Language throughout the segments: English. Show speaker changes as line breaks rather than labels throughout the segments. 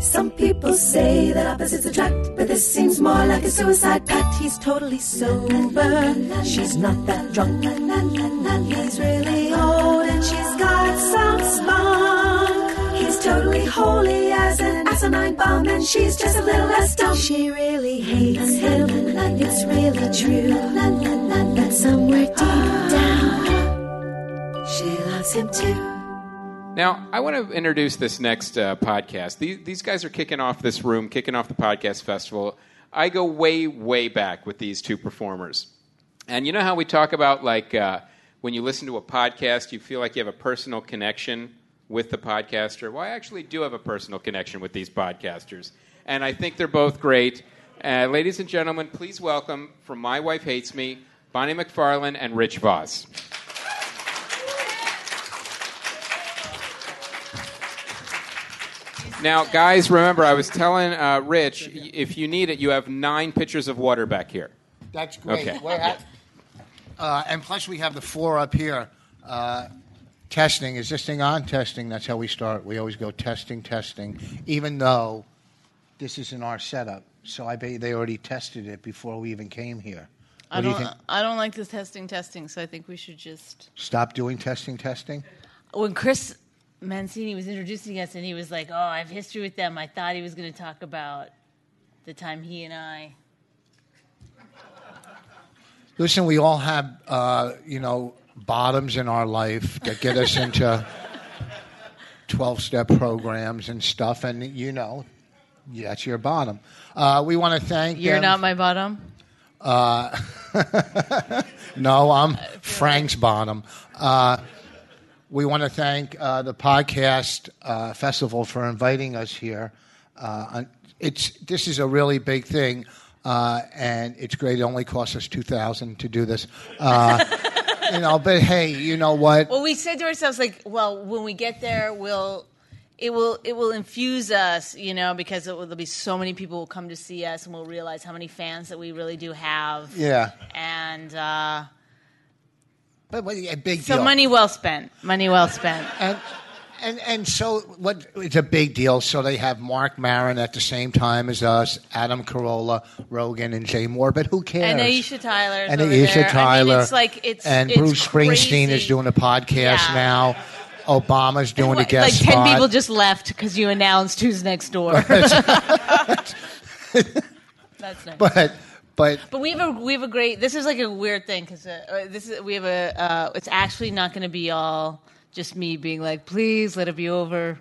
Some people say that opposites attract, but this seems more like a suicide pact. He's totally sober, she's not that drunk. He's really old and she's got some spunk. He's totally holy as an asinine bomb, and she's just a little less dumb. She really hates him, it's really true. But somewhere deep down, she loves him too.
Now, I want to introduce this next uh, podcast. These, these guys are kicking off this room, kicking off the podcast festival. I go way, way back with these two performers. And you know how we talk about, like, uh, when you listen to a podcast, you feel like you have a personal connection with the podcaster? Well, I actually do have a personal connection with these podcasters. And I think they're both great. Uh, ladies and gentlemen, please welcome, from My Wife Hates Me, Bonnie McFarlane and Rich Voss. Now, guys, remember I was telling uh, Rich, y- if you need it, you have nine pitchers of water back here.
That's great.
Okay.
What hap- uh, and plus, we have the floor up here. Uh, testing. Is this thing on? Testing. That's how we start. We always go testing, testing, even though this isn't our setup. So I bet they already tested it before we even came here. What
I
do you
don't.
think?
I don't like this testing, testing. So I think we should just.
Stop doing testing, testing?
When Chris Mancini was introducing us, and he was like, "Oh, I have history with them," I thought he was going to talk about the time he and I.
Listen, we all have, uh, you know, bottoms in our life that get us into 12 step programs and stuff. And, you know, that's your bottom. Uh, we want to thank
You're
them.
not my bottom.
No,
Uh,
I'm Frank's Bonham. Uh, we want to thank uh, the podcast uh, festival for inviting us here. Uh, and it's this is a really big thing, uh, and it's great. It only cost us two thousand to do this. Uh, you know, but hey, you know what?
Well, we said to ourselves, like, well, when we get there, we'll it will it will infuse us, you know, because it will, there'll be so many people will come to see us, and we'll realize how many fans that we really do have.
yeah,
And uh,
but what, a big
so
deal.
money well spent. Money well spent.
and and and so what? It's a big deal. So they have Mark Maron at the same time as us, Adam Carolla, Rogan, and Jay Moore. But who cares?
And Aisha Tyler.
and
over
Aisha
there.
Tyler.
I mean, it's like it's
and
it's
Bruce Springsteen
crazy.
is doing a podcast
Yeah.
now. Obama's doing
What,
a guest
Like ten
spot.
people just left because you announced who's next door. That's nice. But,
but but
we have a we have a great. This is like a weird thing because uh, uh, this is we have a. Uh, it's actually not going to be all just me being like, please let it be over.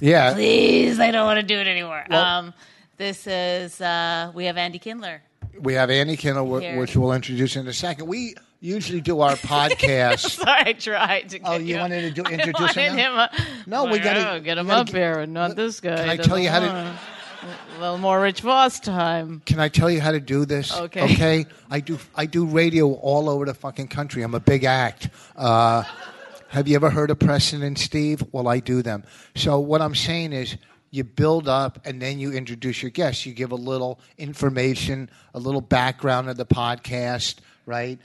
yeah,
Please, I don't want to do it anymore. um, this is uh, we have Andy Kindler.
we have Andy Kindle, wh-
Here.
which we'll introduce in a second. We usually do our podcast.
Sorry, I tried to. Get
Oh, you wanted to do-
I
introduce him
wanted
now?
him. up.
No, we
Like,
gotta-
oh, get him
we gotta
up
get-
here and not this guy.
Can I
He
tell you how to-
doesn't wanna. A little more Rich Voss time.
Can I tell you how to do this?
Okay.
Okay. I do. I do radio all over the fucking country. I'm a big act. Uh, have you ever heard of Preston and Steve? Well, I do them. So what I'm saying is, you build up and then you introduce your guests. You give a little information, a little background of the podcast, right?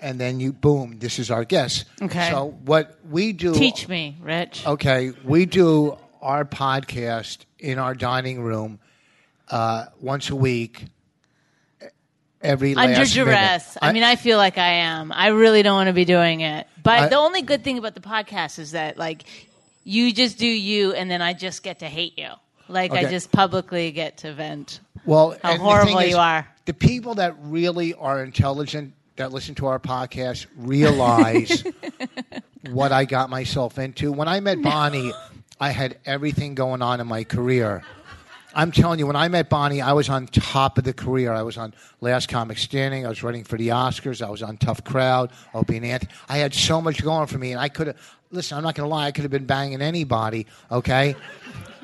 And then you boom, this is our guest.
Okay.
So what we do?
Teach me, Rich.
Okay, we do our podcast in our dining room uh, once a week. Every
Under
last
duress.
minute.
I, mean, I feel like I am. I really don't want to be doing it. But
I-
the only good thing about the podcast is that, like, you just do you, and then I just get to hate you. Like, I
Okay.
just publicly get to vent.
well,
how
and the
horrible
thing is,
you are.
The people that really are intelligent that listen to our podcast realize what I got myself into. When I met Bonnie, I had everything going on in my career. I'm telling you, when I met Bonnie, I was on top of the career. I was on Last Comic Standing. I was running for the Oscars. I was on Tough Crowd, Opie and Anthony. I had so much going for me, and I could have. Listen, I'm not going to lie. I could have been banging anybody, okay?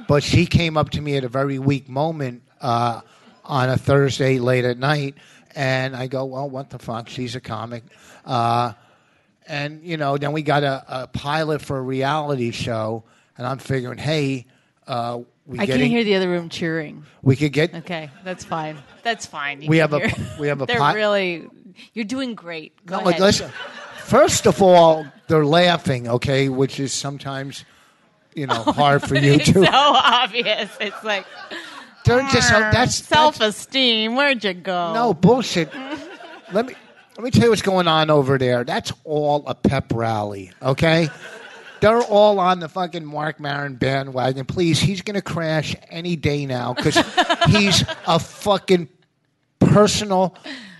But she came up to me at a very weak moment uh, on a Thursday late at night, and I go, "Well, what the fuck? She's a comic." Uh, And, you know, then we got a, a pilot for a reality show. And I'm figuring, hey, uh, we
I can
getting,
hear the other room cheering.
we could get
Okay, that's fine. That's fine. You
We
can
have a-
hear-
we have a
They're
pot-
really. You're doing great. Go
No,
ahead.
listen. First of all, they're laughing, okay, which is sometimes, you know, hard for you
Oh, it's so
to.
obvious. It's like
They're just that's that's-
self-esteem. Where'd you go?
no bullshit. let me let me tell you what's going on over there. That's all a pep rally, okay? They're all on the fucking Mark Maron bandwagon. Please, he's going to crash any day now because he's a fucking personal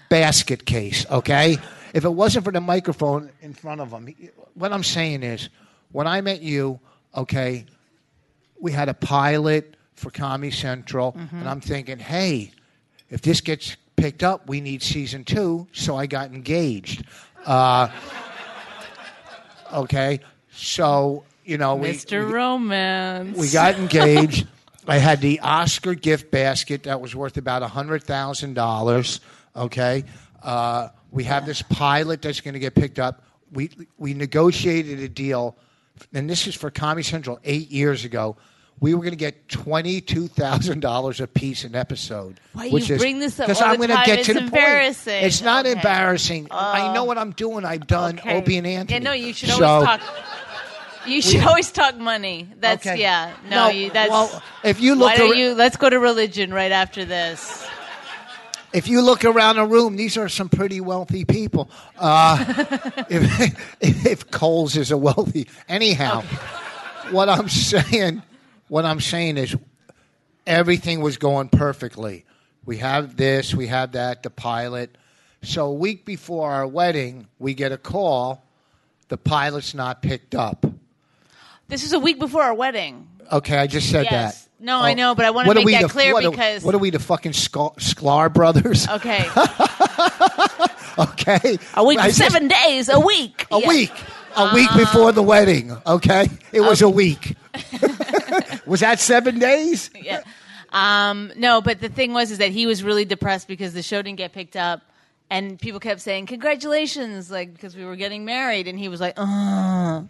basket case, okay? If it wasn't for the microphone in front of him, he- what I'm saying is, when I met you, okay, we had a pilot for Comedy Central, and I'm thinking, hey, if this gets picked up, we need season two. So I got engaged. Uh, okay, so you know, we,
Mr. Romance.
we got engaged. I had the Oscar gift basket that was worth about hundred thousand dollars. Okay, uh, we have this pilot that's going to get picked up. We we negotiated a deal, and this is for Comedy Central eight years ago. We were going to get twenty two thousand dollars a piece an episode.
Why
which
you
is-
bring this up
'cause
all
I'm
the
gonna
time?
get
It's
to the point.
embarrassing.
It's not
Okay. Oh.
embarrassing. I know what I'm doing. I've done
Okay.
Opie and Anthony.
Yeah, no, you should
So-
always talk. You should always talk money. That's
Okay.
yeah. No, you, that's.
well, if you look
why don't
ar-
you? Let's go to religion right after this.
if you look around the room, these are some pretty wealthy people. Uh, if, if Coles is a wealthy, anyhow, what I'm saying, what I'm saying is, everything was going perfectly. We have this, we have that, the pilot. So a week before our wedding, we get a call. The pilot's not picked up.
This is a week before our wedding.
Okay, I just said
Yes.
that. Oh,
No, I know, but I wanna
what are
make
we
that
the-
clear
what are-
because-
what are we, the fucking Sklar, Sklar brothers?
Okay,
Okay,
a week,
I just-
seven days, a week,
A
Yeah. Uh,
week. A week before the wedding, okay? It was a week. was that seven days?
yeah. Um, no, but the thing was is that he was really depressed because the show didn't get picked up, and people kept saying congratulations, like because we were getting married, and he was like, Ugh.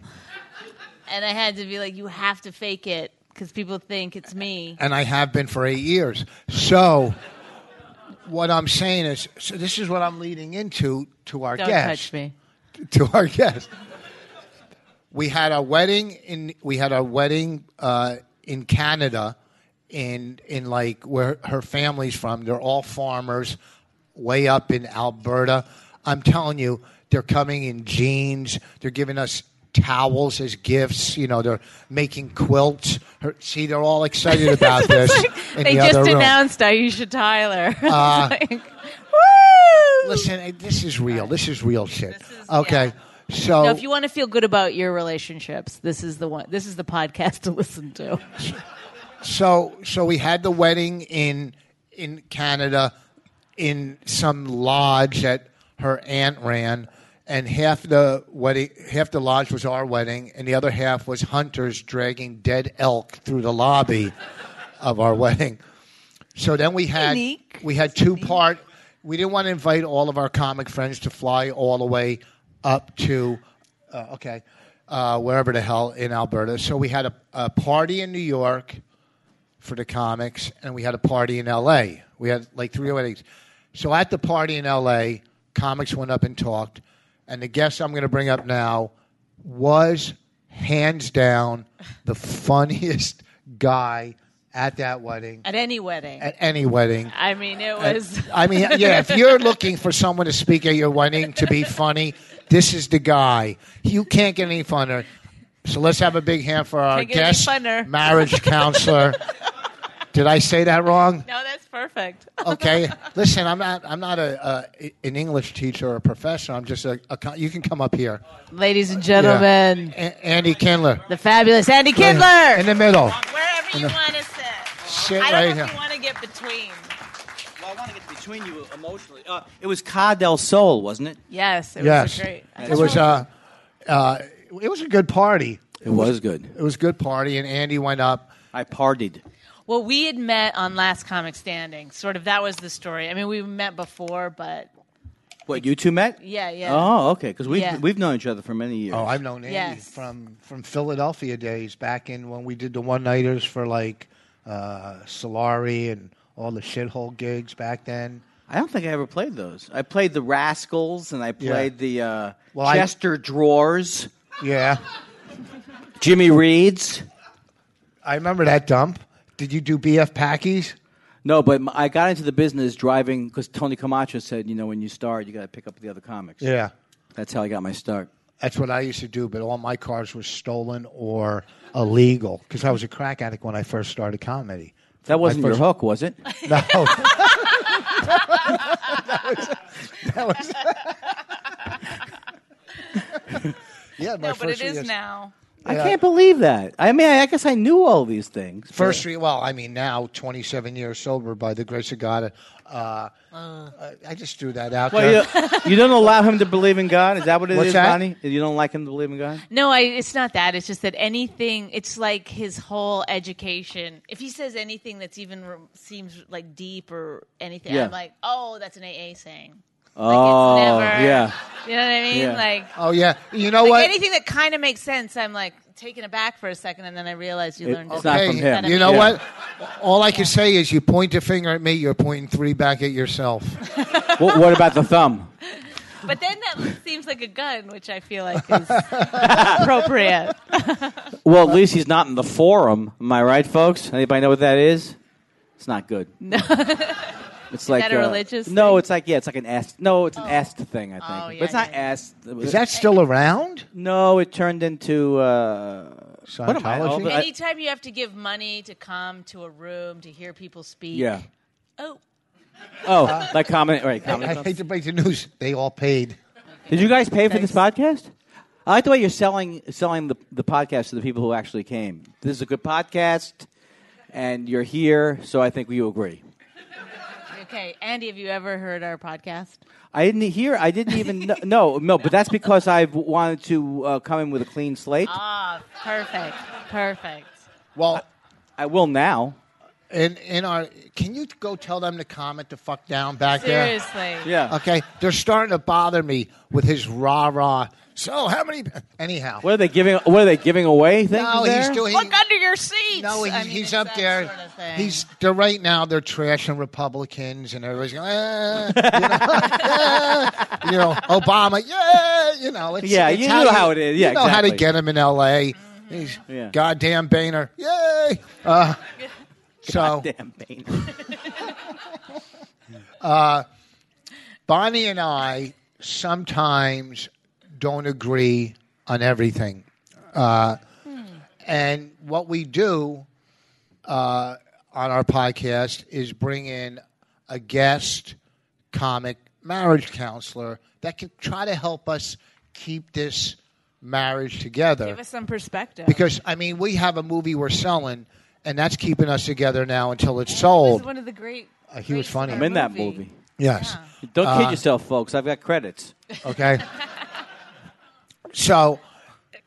and I had to be like, you have to fake it because people think it's me.
And I have been for eight years. So, what I'm saying is, so this is what I'm leading into to our
Don't
guest.
touch me.
to our guest. We had our wedding in we had our wedding uh, in Canada, in in like where her family's from. They're all farmers, way up in Alberta. I'm telling you, they're coming in jeans. They're giving us towels as gifts. You know, they're making quilts. Her, see, they're all excited about this. in
they
the
just
other room. Uh,
announced Aisha Tyler. It's like, woo!
Listen, eh, this is real. This is real shit.
This is-
okay, so
Now, if you want to feel good about your relationships, this is the one. This is the podcast to listen to.
So so we had the wedding in in Canada in some lodge that her aunt ran and half the wedding half the lodge was our wedding and the other half was hunters dragging dead elk through the lobby of our wedding. So then we had
Unique.
we had two part we didn't want to invite all of our comic friends to fly all the way up to uh, okay uh, wherever the hell in Alberta. So we had a, a party in New York for the comics, and we had a party in L.A. We had like three weddings. So at the party in L.A., comics went up and talked, and the guest I'm going to bring up now was hands down the funniest guy at that wedding,
At any wedding,
at any wedding.
I mean, it was.
I mean, yeah, if you're looking for someone to speak at your wedding to be funny, this is the guy. You can't get any funner. So let's have a big hand for our
Can't get any
guest
funner.
marriage counselor. Did I say that wrong?
no, that's perfect.
Okay. Listen, I'm not. I'm not a, uh an English teacher or a professor. I'm just a. a con- you can come up here,
Ladies and
Yeah.
gentlemen,
A- Andy Kindler.
the fabulous Andy Kindler.
in the middle.
Wherever you want to sit.
Sit
I
right
don't know
here.
if you want to get between.
Well, I want to get between you emotionally. Uh, it was Ca del Sol, wasn't it?
Yes, it
yes.
was a great.
it was. Uh, uh, it was a good party.
It was good.
It was a good party, and Andy went up.
I partied.
Well, we had met on Last Comic Standing. Sort of that was the story. I mean, we met before, but
What you two met?
Yeah, yeah.
Oh, okay. Because we've
Yeah.
we've known each other for many years.
Oh, I've known Andy
Yes.
from from Philadelphia days back in when we did the one nighters for like uh, Solari and all the shithole gigs back then.
I don't think I ever played those. I played the Rascals and I played the uh,
Well, I-
Chester Drawers,
Yeah,
Jimmy Reeds.
I remember that dump. Did you do BF Packies?
No, but m- I got into the business driving because Tony Camacho said, you know, when you start, you got to pick up the other comics.
Yeah,
That's how I got my start.
that's what I used to do. But all my cars were stolen or illegal because I was a crack addict when I first started comedy.
That wasn't
first-
your hook, was it?
No. that was, that was yeah, my
No, but
first
it is
years-
now.
I can't believe that. I mean, I, I guess I knew all these things. but-
First, re- well, I mean, now 27 years sober by the grace of God. Uh, uh, I just threw that out there.
Well, you, you don't allow him to believe in God? Is that what it is,
What's that?
Bonnie? You don't like him to believe in God?
No, I, it's not that. It's just that anything. It's like his whole education. If he says anything that's even re- seems like deep or anything,
Yeah.
I'm like, oh, that's an AA saying.
oh,
never-
yeah.
You know what I mean?
Yeah.
Like,
Oh yeah, you know
like
what?
anything that kind of makes sense, I'm like taken aback for a second, and then I realize you
It-
learned.
it's
it.
not from him.
You know
Yeah.
what? All I can say is you point a finger at me, you're pointing three back at yourself.
what, what about the thumb?
But then that seems like a gun, which I feel like is appropriate.
Well, at least he's not in the forum. Am I right, folks? Anybody know what that is? It's not good. No. It's like
that a
uh,
religious
No,
thing?
it's like yeah, it's like an est. No, it's an est thing. I think,
Oh, yeah,
but it's not
yeah, yeah.
est.
Is that still around?
No, it turned into uh, what am I, all
Scientology?
the- I-
Anytime you have to give money to come to a room to hear people speak,
yeah.
Oh,
Oh, like comment. Right,
I
comment.
hate to break the news. They all paid.
Did you guys pay for this podcast? I like the way you're selling selling the the podcast to the people who actually came. This is a good podcast, and you're here, so I think you agree.
okay. Andy, have you ever heard our podcast?
I didn't hear. I didn't even know. No, no, but that's because I've wanted to uh, come in with a clean slate.
Ah, perfect, perfect.
Well,
I will now.
in in our, can you go tell them to comment the fuck down back there?
Seriously,
Yeah.
Okay, they're starting to bother me with his rah rah. So how many? Anyhow,
What are they giving? What are they giving away? Things
no,
there?
he's doing.
Look under your seats.
No, he,
I mean,
he's
it's
up
that
there.
sort of thing.
he's they're right now. They're trashing Republicans, and everybody's going, eh, you, know, eh, you know, Obama, yeah, you know, it's,
Yeah,
it's
you know how it is. Yeah,
you know how to
exactly.
get him in L.A.
Mm-hmm.
He's
Yeah.
goddamn Boehner, yay. Uh, so
Damn pain.
Bonnie and I sometimes don't agree on everything. Uh, And what we do uh, on our podcast is bring in a guest comic marriage counselor that can try to help us keep this marriage together.
Give us some perspective.
because, I mean, we have a movie we're selling, and that's keeping us together now until it's
he was
sold.
one of the great.
Uh, he was
greats of
funny.
our
I'm
I'm in that movie.
Yes.
Don't kid yourself, folks. I've got credits.
okay so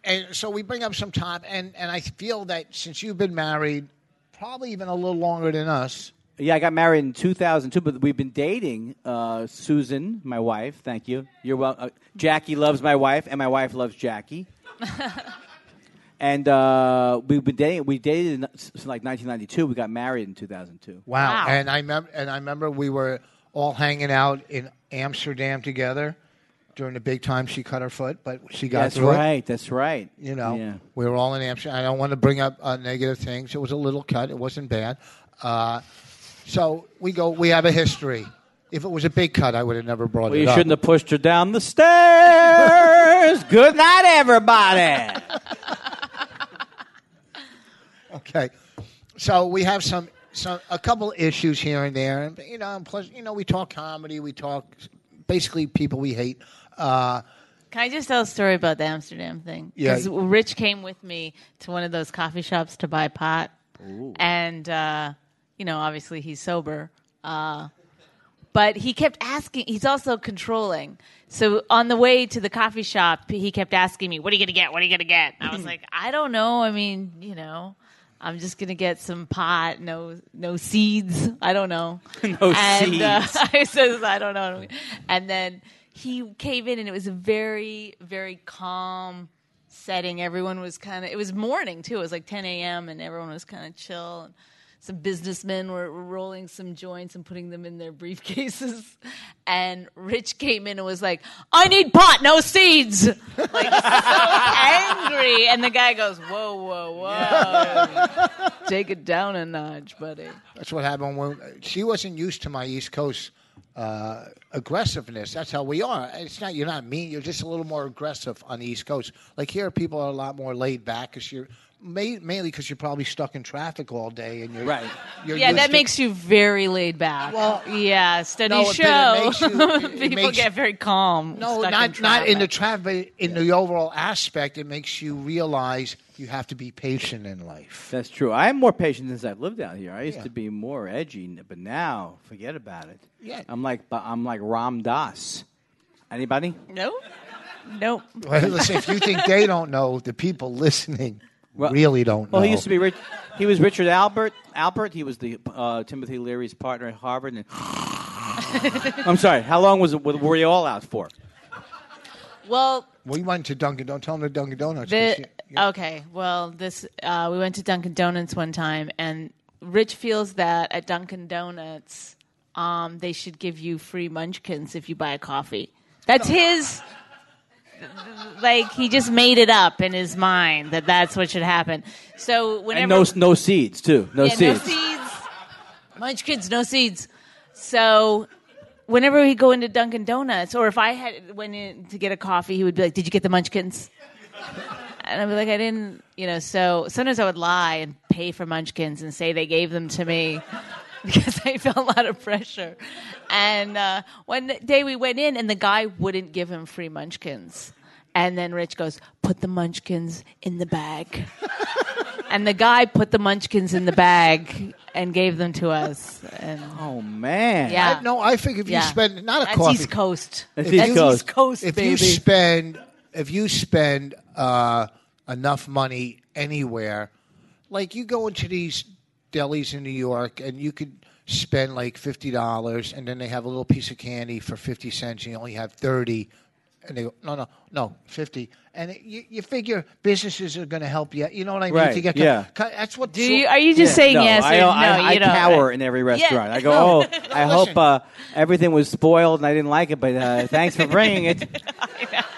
and so we bring up some time and and i feel that since you've been married probably even a little longer than us
Yeah, I got married in 2002, but we've been dating. Uh, Susan, my wife. Thank you. You're well. Uh, Jackie loves my wife, and my wife loves Jackie. and uh, we've been dating. We dated in- since like 1992. We got married in 2002.
wow,
Wow.
and i remember and i remember we were all hanging out in amsterdam together during the big time she cut her foot but she got
That's
through it.
right. That's right.
you know
Yeah.
we were all in amsterdam i don't want to bring up uh, negative things it was a little cut it wasn't bad uh, so we go we have a history if it was a big cut i would have never brought
Well,
it
you
up
shouldn't have pushed her down the stairs. Good night, everybody.
Okay, so we have some some a couple issues here and there, and you know, and plus you know, we talk comedy, we talk basically people we hate. Uh,
Can I just tell a story about the Amsterdam thing?
Yeah.
Because Rich came with me to one of those coffee shops to buy pot, and uh, you know, obviously he's sober, uh, but he kept asking. He's also controlling. So on the way to the coffee shop, he kept asking me, "What are you gonna get? What are you gonna get?" I was like, "I don't know. I mean, you know." I'm just gonna get some pot, no, no seeds. I don't know.
No
and, uh,
seeds.
I says I don't know. And then he came in and it was a very, very calm setting. Everyone was kind of, it was morning too. It was like 10 a.m. and everyone was kind of chill. And some businessmen were were rolling some joints and putting them in their briefcases. And Rich came in and was like, I need pot, no seeds. Like, so angry. And the guy goes, Whoa, whoa, whoa. Take it down a notch, buddy.
That's what happened when she wasn't used to my East Coast uh, aggressiveness. That's how we are. It's not you're not mean. You're just a little more aggressive on the East Coast. Like here, people are a lot more laid back because you're ma- mainly because you're probably stuck in traffic all day and you're
Right.
You're
Yeah,
used
that
to-
makes you very laid back.
Well,
yeah, studies
no, but
show
it makes you- it
people
makes-
get very calm.
No,
stuck
not
in
not in the
traffic.
traffic, but in the overall aspect, it makes you realize you have to be patient in life.
That's true. I am more patient since I've lived out here. I used
Yeah.
to be more edgy, n- but now forget about it.
Yeah.
I'm like but I'm like Ram Das. Anybody?
no, no.
Well, listen, if you think they don't know, the people listening
Well-
really don't know.
Well, he used to be rich. He was Richard Albert. Albert. He was the uh, Timothy Leary's partner at Harvard. And I'm sorry. How long was it? Were you all out for?
Well,
We went to Dunkin' Don't tell them the Dunkin' Donuts. 'cause
The, uh,
you- you-
Okay. Well, this uh, we went to Dunkin' Donuts one time, and Rich feels that at Dunkin' Donuts, um, they should give you free Munchkins if you buy a coffee. That's his. Like he just made it up in his mind that that's what should happen. So whenever
And no, no seeds too. No
yeah,
seeds.
No seeds. Munchkins, no seeds. So whenever we go into Dunkin' Donuts, or if I had went in to get a coffee, he would be like, "Did you get the Munchkins?" And I'd be like, "I didn't," you know. So sometimes I would lie and pay for Munchkins and say they gave them to me because I felt a lot of pressure. And uh, one day we went in, and the guy wouldn't give him free Munchkins. And then Rich goes, "Put the Munchkins in the bag." And the guy put the munchkins in the bag and gave them to us. And
Oh man.
Yeah.
I, no, I think if
yeah.
you spend not a
That's
coffee,
East Coast.
That's
That's
East Coast.
East Coast,
if
baby.
you spend if you spend uh, enough money anywhere, like you go into these delis in New York and you could spend like fifty dollars, and then they have a little piece of candy for fifty cents, and you only have thirty. And they go, no, no, no, fifty. And it, you, you figure businesses are going to help you. You know what I mean?
Right,
To get
yeah.
That's what.
Do you, are you just saying
no,
yes or
I,
no?
I, I
you don't.
cower in every restaurant. I go, oh, I hope uh, everything was spoiled and I didn't like it, but uh, thanks for bringing it.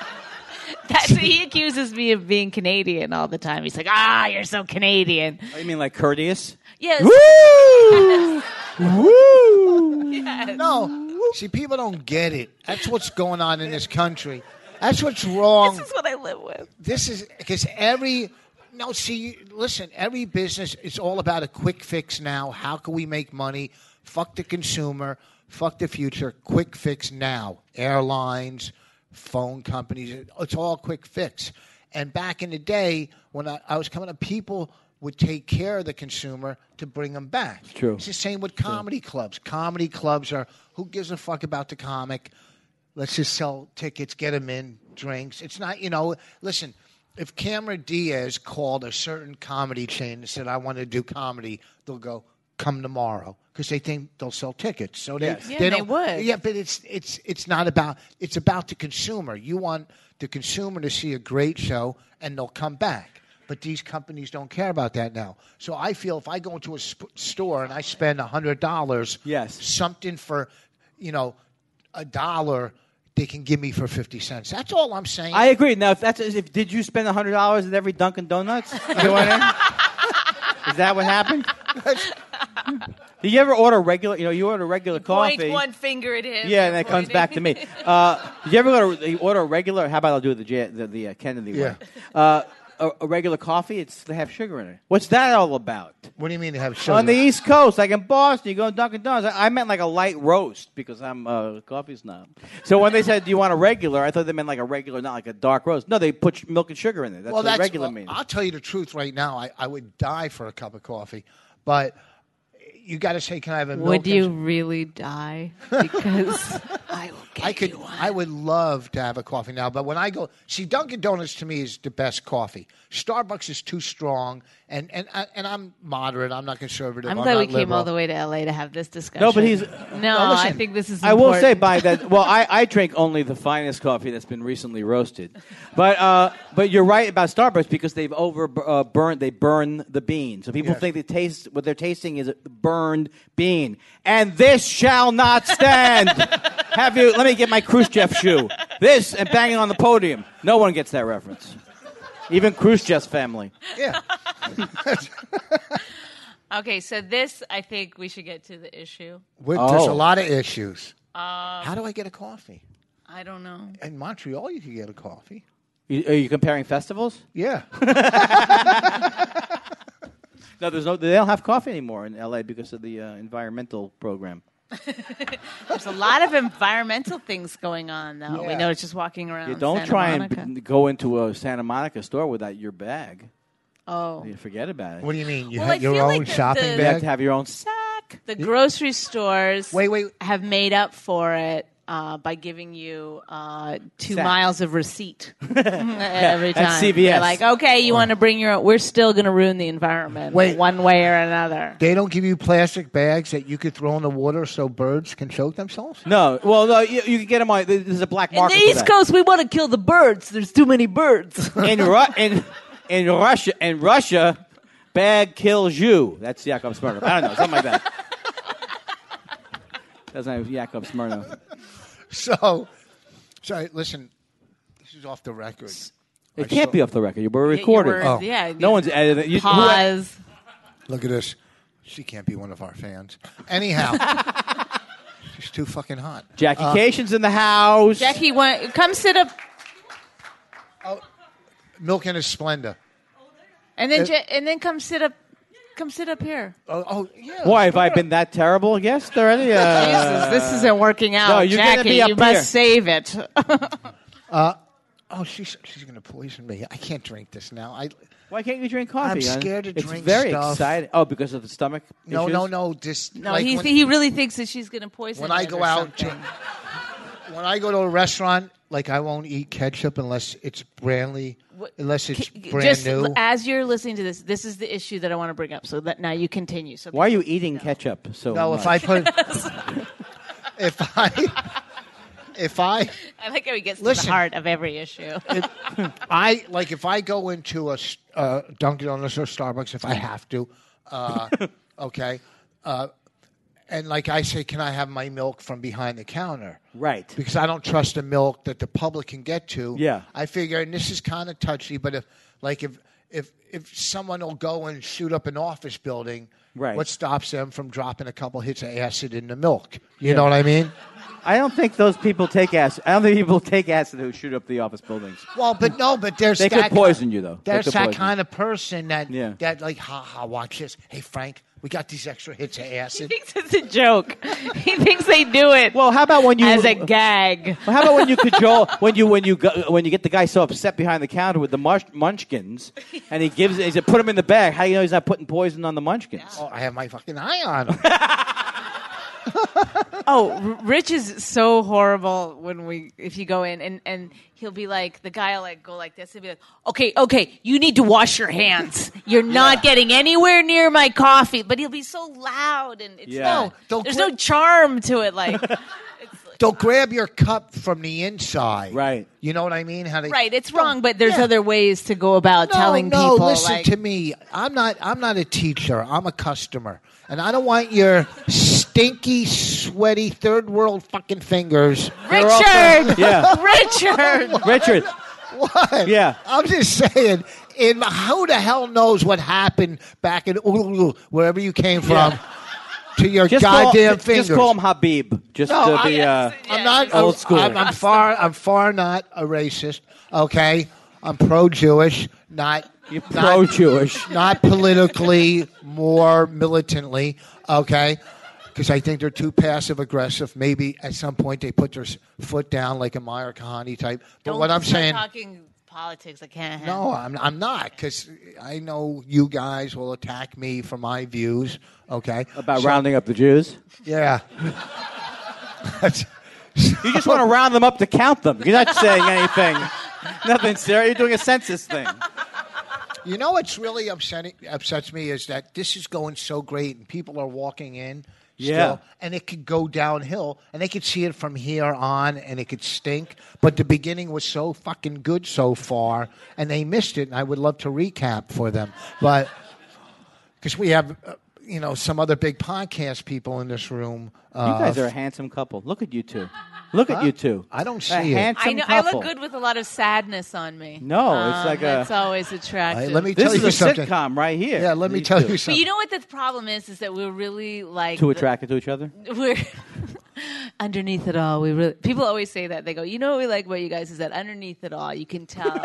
That's, he accuses me of being Canadian all the time. He's like, ah, you're so Canadian.
You mean like courteous?
Yes.
Woo! Woo!
no, see, people don't get it. That's what's going on in this country. That's what's wrong.
This is what I live with.
this is because every no see listen every business it's all about a quick fix now how can we make money fuck the consumer fuck the future quick fix now airlines phone companies it's all quick fix and back in the day when i, I was coming up people would take care of the consumer to bring them back
True.
it's the same with comedy clubs comedy clubs are who gives a fuck about the comic let's just sell tickets, get them in, drinks. It's not, you know, listen, if Cameron Diaz called a certain comedy chain and said, I want to do comedy, they'll go, come tomorrow because they think they'll sell tickets. So they,
Yeah,
they,
they
don't-
would.
Yeah, but it's, it's, it's not about, it's about the consumer. You want the consumer to see a great show and they'll come back. But these companies don't care about that now. So I feel if I go into a sp- store and I spend $100,
Yes.
something for, you know, a dollar they can give me for 50 cents. That's all I'm saying.
I agree. Now, if that's if did you spend hundred dollars at every Dunkin' Donuts? You know what I mean? Is that what happened? Do you ever order regular? You know, you order regular coffee.
Point one finger at him.
Yeah, and it comes back to me. Uh, you ever go to you order a regular? How about I'll do it the J, the, the uh, Kennedy
Yeah.
one? Uh, a, a regular coffee. It's they have sugar in it. What's that all about?
what do you mean they have sugar?
On the East Coast, like in Boston, you go to Dunkin' Donuts. I, I meant like a light roast because I'm uh, a coffee snob. So when they said, "Do you want a regular?" I thought they meant like a regular, not like a dark roast. No, they put sh- milk and sugar in it. That's
well,
what
that's,
regular
well,
means.
I'll tell you the truth right now. I, I would die for a cup of coffee. But you got to say, "Can I have a milk?"
Would
and
you really die? Because I will get
I could.
you one.
I would love to have a coffee now, but when I go, see, Dunkin' Donuts to me is the best coffee. Starbucks is too strong, and and I- and I'm moderate. I'm not conservative.
I'm
I'm
glad
not
we came all
liberal.
the way to LA to have this discussion.
No, but he's-
no.
Now,
I
listen,
think this is.
I will say
important.
by that. Well, I, I drink only the finest coffee that's been recently roasted, but uh, but you're right about Starbucks because they've over uh, burned. They burn the bean, so people
Yes.
think they taste what they're tasting is a burned bean. And this shall not stand. Have you? Let me get my Khrushchev shoe. This and banging on the podium. No one gets that reference. Even Khrushchev's family.
Yeah.
Okay, so this I think we should get to the issue.
With, There's a
Oh.
lot of issues.
Um,
How do I get a coffee?
I don't know.
In Montreal, you can get a coffee.
You, are you comparing festivals?
Yeah.
No, there's no. They don't have coffee anymore in L.A. because of the uh, environmental program.
There's a lot of environmental things going on, though. We
Yeah.
know it's just walking around.
Yeah, don't
Santa
try
Monica.
and b- go into a Santa Monica store without your bag.
Oh,
You forget about it.
what do you mean? You
Well, I
have your
feel
own
like the-
shopping
the-
you have
bag?
to have your own sack.
the grocery stores.
Wait, wait.
Have made up for it uh, by giving you uh, two
Sacks.
miles of receipt every time.
CVS.
They're like, okay, you want to bring your? own We're still going to ruin the environment,
Wait.
one way or another.
They don't give you plastic bags that you could throw in the water so birds can choke themselves?
No, well, no, you, you can get them on. there- There's a black
In
market.
the
for
East
that.
Coast, we want to kill the birds. There's too many birds.
in, Ru- in, in Russia, in Russia, bag kills you. That's Yakov Smirnov. I don't know, something like that. That's not Yakov Smirnov.
So, sorry, listen, this is off the record.
It can't be off the record. We're recorded.
Yeah, you were- yeah,
Oh. No one's edited. it. You- who-
pause.
Look at this. She can't be one of our fans. Anyhow, she's too fucking hot.
Jackie Cation's in the house.
Jackie, want, come sit up.
Milk and a Splenda.
And then, Ja- and then come sit up, come sit up here.
Oh, oh yeah.
Why have I been that terrible a guest already? Uh,
Jesus, this isn't working out,
no, you're gonna
Jackie.
be up
you must
here.
save it.
Oh, she's she's gonna poison me. I can't drink this now. I
Why can't you drink coffee?
I'm
hon?
scared to
it's
drink
very
stuff.
exciting. Oh, because of the stomach
no
issues?
no no. This
no,
like
he
when,
he really thinks that she's going to poison.
when I
it
go
or
out to,
something.
when I go to a restaurant, like I won't eat ketchup unless it's brandly
What-
unless it's
K-
brand
just
new.
l- as you're listening to this, this is the issue that I want to bring up. So that now you continue. So
Why are you eating ketchup so
no,
much?
if I put if I if I
I like how he gets to
Listen.
the heart of every issue.
I like if I go into a s- uh, Dunkin' Donuts or Starbucks if I have to, uh, okay, uh, and like I say, can I have my milk from behind the counter?
Right.
Because I don't trust the milk that the public can get to.
Yeah.
I figure, and this is kind of touchy, but if like if if if someone will go and shoot up an office building,
Right.
what stops them from dropping a couple hits of acid in the milk? You
Yeah.
know what I mean?
I don't think those people take acid. I don't think people take acid who shoot up the office buildings.
Well, but no, but there's
They could
that
poison you, though. They
There's
could
that
poison
kind of person that
Yeah.
that like, ha ha, watch this. Hey Frank, we got these extra hits of
he
acid.
thinks it's a joke. he thinks they do it
Well, how about when you
as a gag.
Well, how about when you cajole when you when you go, when you get the guy so upset behind the counter with the mush, munchkins and he gives he said put him in the bag. How do you know he's not putting poison on the munchkins?
oh, I have my fucking eye on him.
Oh, R- Rich is so horrible when we if you go in and and he'll be like the guy will like go like this and be like, okay, okay, you need to wash your hands. You're not getting anywhere near my coffee. But he'll be so loud and it's
Yeah.
no,
No,
don't
there's
quit.
no charm to it. Like,
They'll grab your cup from the inside.
Right.
You know what I mean? How they
right, it's wrong, but there's
Yeah.
other ways to go about
No,
telling
no,
people.
listen
like,
to me. I'm not I'm not a teacher. I'm a customer. And I don't want your stinky, sweaty third world fucking fingers.
Richard,
Yeah,
Richard.
Richard.
What?
Yeah.
I'm just saying. In who the hell knows what happened back in Ululu, wherever you came from,
Yeah.
to your
Just
goddamn
call,
fingers.
Just call him Habib. Just
No,
to
I-
be. Uh,
I'm not
Old school.
I'm, I'm far. I'm far not a racist. Okay, I'm pro-Jewish, not
You're
not-
pro-Jewish.
not politically more militantly. Okay. Because I think they're too passive aggressive. Maybe at some point they put their s- foot down like a Meyer Kahani type. But
Don't
what I'm
start
saying,
talking politics. I can't. handle.
No, I'm, I'm not because I know you guys will attack me for my views. Okay.
About
So-
rounding up the Jews.
Yeah.
You just want to round them up to count them. You're not saying anything. Nothing, Sarah. You're doing a census thing.
you know what's really upsetting upsets me is that this is going so great and people are walking in.
Yeah.
Still, and it could go downhill, and they could see it from here on, and it could stink. But the beginning was so fucking good so far, and they missed it. And I would love to recap for them, but because we have, uh, you know, some other big podcast people in this room.
You
Uh,
guys are a handsome couple. Look at you two. Look at you two.
I don't see
a
it.
Handsome
I know. I
Couple.
look good with a lot of sadness on me.
No, it's
Um,
like a-
That's always attractive.
let me
This
tell
is
you
a
something.
sitcom right here.
yeah, let me
These
tell
two.
you
But
something.
you know what the problem is? Is that we're really like
Too
the-
attracted to each other.
we're underneath it all. We really people always say that they go, you know what we like about you guys is that underneath it all, you can tell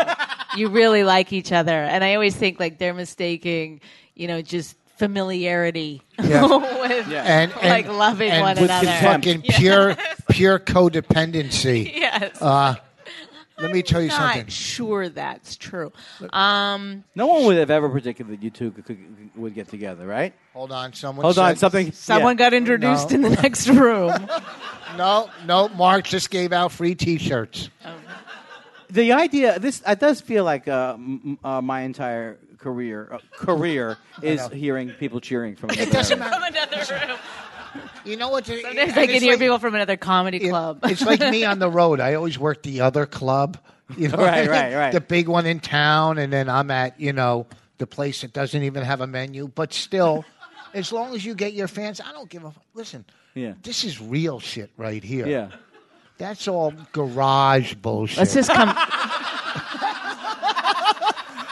you really like each other. And I always think like they're mistaking, you know, just familiarity with
and, and
like loving
and
one
with
another.
contempt.
fucking pure pure codependency.
yes.
Let me tell you
not
Uh, something.
sure that's true. Uh,
No one would have ever predicted that you two could, could, would get together, right?
Hold on, someone.
Hold on,
said-
something.
Someone
yeah.
got introduced
No.
in the next room.
No, no. Mark just gave out free T-shirts.
the idea. This it does feel like uh, m- uh, my entire career uh, career is hearing people cheering from. It
doesn't matter.
from another room.
You know what?
Sometimes I can hear people from another comedy club.
It's like me on the road. I always work the other club. You know,
Right, right, right.
The big one in town, and then I'm at you know the place that doesn't even have a menu. But still, as long as you get your fans, I don't give a. F- Listen,
Yeah.
this is real shit right here.
Yeah.
that's all garage bullshit.
Let's just come.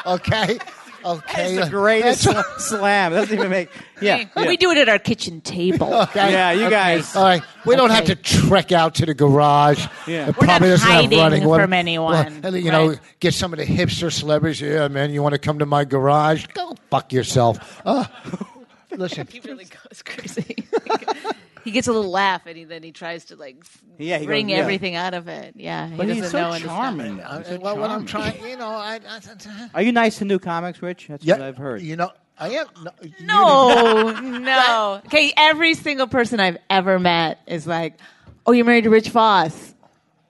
Okay. Okay.
That's the greatest slam. That doesn't even make. Yeah. yeah.
We do it at our kitchen table.
Okay.
Yeah, you guys.
All right. We don't have
Okay.
to trek out to the garage.
Yeah.
It
We're
probably
not
doesn't have
hiding
running water.
from anyone,
Well, you know,
right?
get some of the hipster celebrities. Yeah, man, you want to come to my garage? Go fuck yourself. Uh, listen,
He really goes crazy. he gets a little laugh and he, then he tries to like f-
Yeah, he
wring
goes, yeah.
everything out of it. Yeah, he
But
doesn't
he's
know
so
when to stop.
charming. though.
uh,
He's so
well, what I'm
charming.
trying, you know, I. I, I
Are you nice to new comics, Rich? That's
yeah,
what I've heard.
You know, I am. No. you didn't-
No, no. Okay, every single person I've ever met is like, "Oh, you're married to Rich Foss."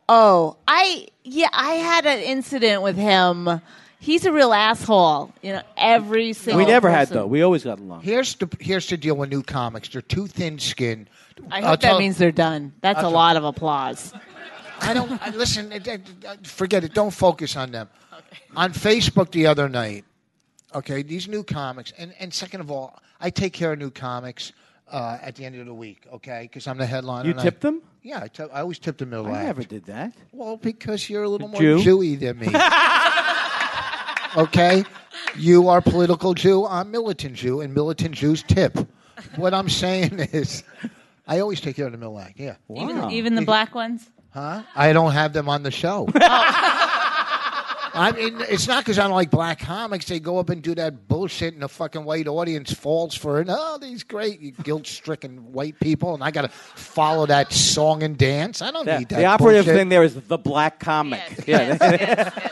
Oh, I yeah, I had an incident with him. He's a real asshole. You know, every single.
we never had
person.
though. We always got along.
Here's the here's the deal with new comics. They're too thin-skinned.
I
I'll
hope that
tell-
means they're done. That's a lot of applause.
I don't I, listen. I- I- I- Forget it. Don't focus on them. On Facebook the other night, okay, these new comics, and, and second of all, I take care of new comics uh, at the end of the week, okay, because I'm the headliner.
You
and I-
tip them?
Yeah, I, tip- I always tip the middle.
I
act.
never did that.
Well, because you're a little more
Jew?
Jewy than me. okay? You are political Jew, I'm militant Jew, and militant Jews tip. What I'm saying is, I always take care of the middle act, yeah.
Wow.
Even, even the black ones.
Huh? I don't have them on the show. I mean, it's not because I don't like black comics. They go up and do that bullshit, and the fucking white audience falls for it. Oh, these great, you guilt-stricken white people, and I got to follow that song and dance. I don't
Yeah.
need that.
The operative
bullshit.
thing there is the black comic. yeah.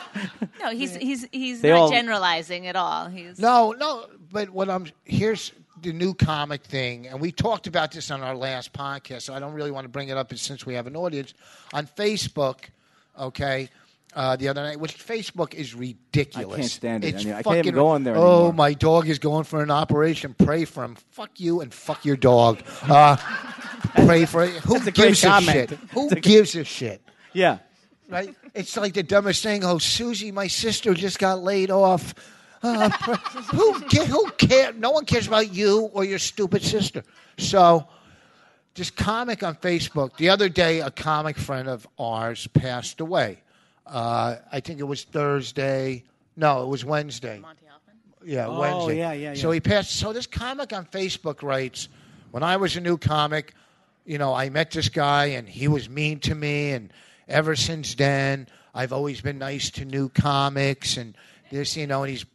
No, he's he's he's
They
not
all-
generalizing at all. He's
No, no. But what I'm here's the new comic thing, and we talked about this on our last podcast, so I don't really want to bring it up since we have an audience on Facebook. Okay. Uh, the other night, which Facebook is ridiculous.
I can't stand it.
It's
I mean, I
fucking,
can't even go on there
Oh,
anymore."
my dog is going for an operation. Pray for him. Fuck you and fuck your dog. Uh, pray for it. Who
That's a great
gives a
comment.
shit? Who gives a shit?
yeah.
right? It's like the dumbest thing. Oh, Susie, my sister just got laid off. Uh, pr- who ca- who cares? No one cares about you or your stupid sister. So, this comic on Facebook the other day, a comic friend of ours passed away. Uh, I think it was Thursday. No, it was Wednesday. Yeah, Wednesday.
Oh, yeah, yeah,
So
yeah.
he passed. So this comic on Facebook writes, when I was a new comic, you know, I met this guy and he was mean to me, and ever since then, I've always been nice to new comics and this, you know, and he's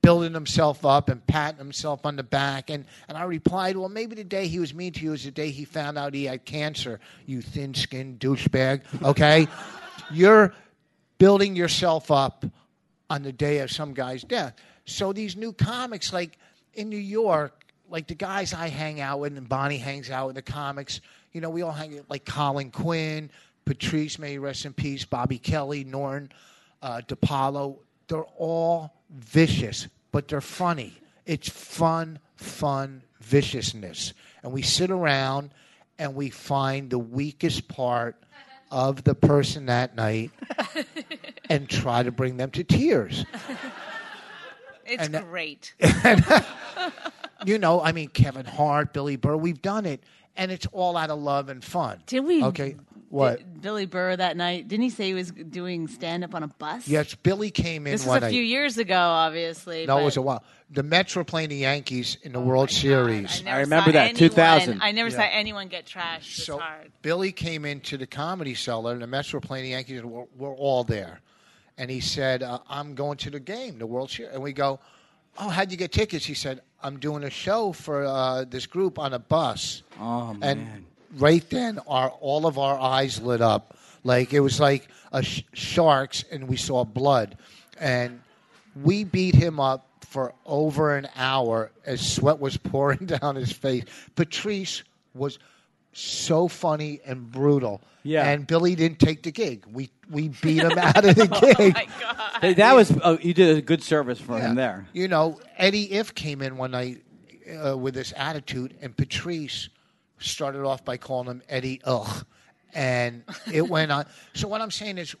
building himself up and patting himself on the back and, and i replied well maybe the day he was mean to you is the day he found out he had cancer you thin-skinned douchebag okay you're building yourself up on the day of some guy's death. So these new comics, like in New York, like the guys I hang out with and Bonnie hangs out with the comics, you know, we all hang like Colin Quinn, Patrice, may he rest in peace, Bobby Kelly, Norton, uh, DiPaolo. They're all vicious, but they're funny. It's fun, fun viciousness. And we sit around and we find the weakest part of the person that night and try to bring them to tears.
It's
And uh, that-
great.
You know, I mean, Kevin Hart, Billy Burr, we've done it, and it's all out of love and fun.
Did we?
Okay, what?
Did Billy Burr that night? Didn't he say he was doing stand up on a bus?
yes, Billy came in
This was
one
a few
night.
years ago, obviously.
no,
but
it was a while. The Mets were playing the Yankees in the
Oh
World Series.
never
I remember
saw
that, 2000.
I never saw anyone get trashed so,
so
hard.
Billy came into the comedy cellar, and the Mets were playing the Yankees, and we're, we're all there. And he said, uh, "I'm going to the game, the World Series." And we go, "Oh, how'd you get tickets?" He said, "I'm doing a show for uh, this group on a bus."
Oh,
and
man.
right then, our all of our eyes lit up, like it was like a sh- sharks, and we saw blood, and we beat him up. For over an hour, as sweat was pouring down his face, Patrice was so funny and brutal.
Yeah.
And Billy didn't take the gig. We we beat him out of the gig.
Hey, that was oh, you did a good service for him there.
You know, Eddie If came in one night uh, with this attitude, and Patrice started off by calling him Eddie Ugh, and it went on. So what I'm saying is,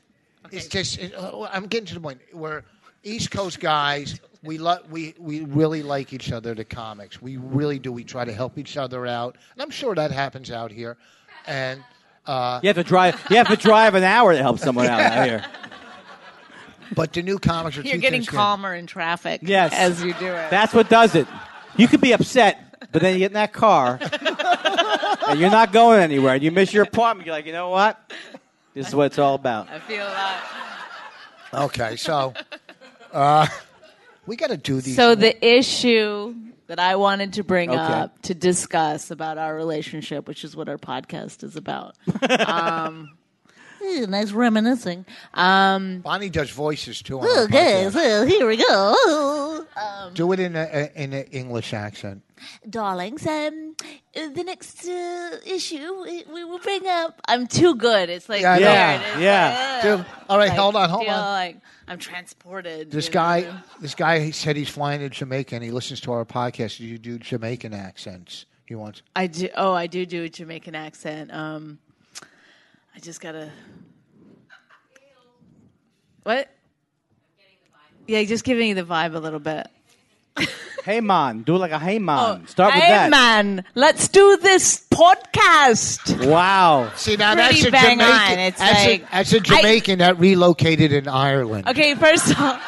it's just it, uh, I'm getting to the point where East Coast guys. We, lo- we we really like each other, the comics. We really do. We try to help each other out, and I'm sure that happens out here. And uh,
You have to drive. You have to drive an hour to help someone out out here.
but the new comics are
You're
two
getting
things good.
calmer in traffic
Yes.
as you do it.
That's what does it. You could be upset, but then you get in that car and you're not going anywhere. You miss your appointment. You're like, you know what? This is what it's all about.
I feel uh,
Okay, so uh, we got to do these.
so. The issue that I wanted to bring
Okay.
up to discuss about our relationship, which is what our podcast is about. um, ooh, nice reminiscing. Um,
Bonnie does voices too. On
ooh,
our
guys,
podcast.
ooh, Oh, here we go. Oh. Ooh.
Do it in a, a, in an English accent.
darlings, um, uh, the next uh, issue we, we will bring up. I'm too good. It's like
Yeah, I know.
weird. It's
Yeah,
like,
Dude,
ugh.
all right,
Uh, Like,
hold on, hold
feel
on.
Like I'm transported.
This
you know?
guy, this guy he said he's flying to Jamaica and he listens to our podcast. You do Jamaican accents. He wants.
I do. Oh, I do do a Jamaican accent. Um, I just gotta. What? Yeah, just giving you the vibe a little bit.
Hey man, do like a hey man. Start with
Oh, hey
that.
man, let's do this podcast.
Wow.
See now
Pretty
that's a
bang
Jamaican.
on. It's
that's,
like-
a, that's a
I-
Jamaican that relocated in Ireland.
Okay, first of all,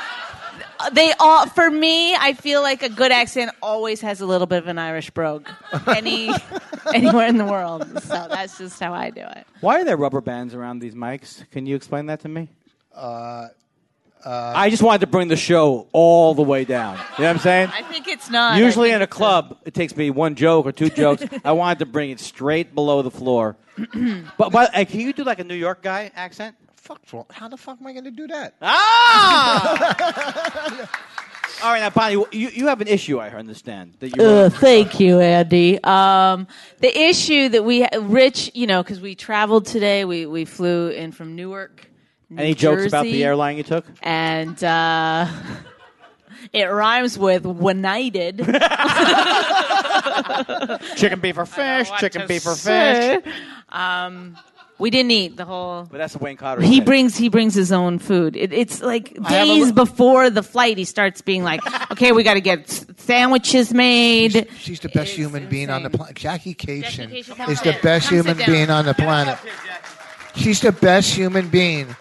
they all for me. I feel like a good accent always has a little bit of an Irish brogue. Any anywhere in the world, so that's just how I do it.
Why are there rubber bands around these mics? Can you explain that to me? Uh, uh, I just wanted to bring the show all the way down. You know what I'm saying?
I think it's not
Usually
I
in
think
a
it's
club, it takes me one joke or two jokes. I wanted to bring it straight below the floor. but but uh, can you do like a New York guy accent?
Fuck, well, how the fuck am I going to do that?
Ah! All right, now Bonnie, you, you have an issue. I understand that you.
Uh, thank you, Andy. Um, the issue that we, Rich, you know, because we traveled today, we, we flew in from Newark. New
Any jokes about
Jersey,
the airline you took?
And uh, it rhymes with united.
Chicken beef or fish? Chicken beef or fish?
um, we didn't eat the whole.
But that's the Wayne Cotter.
He
thing.
brings he brings his own food. It, it's like
have a
days
li-
before the flight, he starts being like, "Okay, we got to get s- sandwiches made."
She's, she's the best
It's
human being on the
insane.
planet. Jackie Cation
Cation, come
is the
sit-
best
come sit
human
down.
being on the planet. She's the best human being.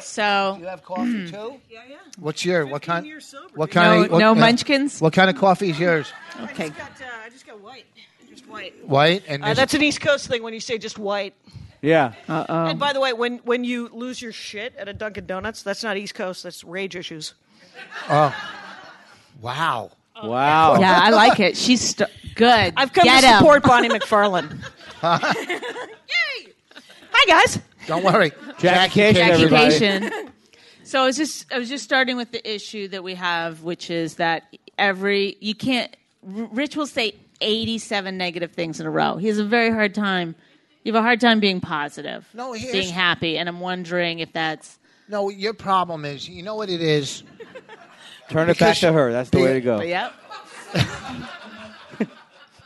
So
have coffee too? Yeah, yeah. Mm. What's your what kind? What
no,
kind of what,
no
uh,
munchkins.
What kind of coffee is yours?
Okay.
got, uh, I just got white. Just white.
White and
Uh,
this-
that's an East Coast thing when you say just white.
Yeah.
Uh,
Um,
And by the way, when, when you lose your shit at a Dunkin' Donuts, that's not East Coast. That's rage issues.
wow.
wow.
uh, Yeah, I like it. She's st- good.
I've come
Get
to
'em.
support Bonnie McFarlane. Yay! Hi guys.
Don't worry,
Jackie Cation,
Jackie
everybody.
Cation. So I was just I was just starting with the issue that we have, which is that every you can't. R- Rich will say eighty-seven negative things in a row. He has a very hard time. You have a hard time being positive.
No, here's-
being happy, and I'm wondering if that's
No, your problem is, you know what it is?
Turn it back to her. That's the way to go.
yep.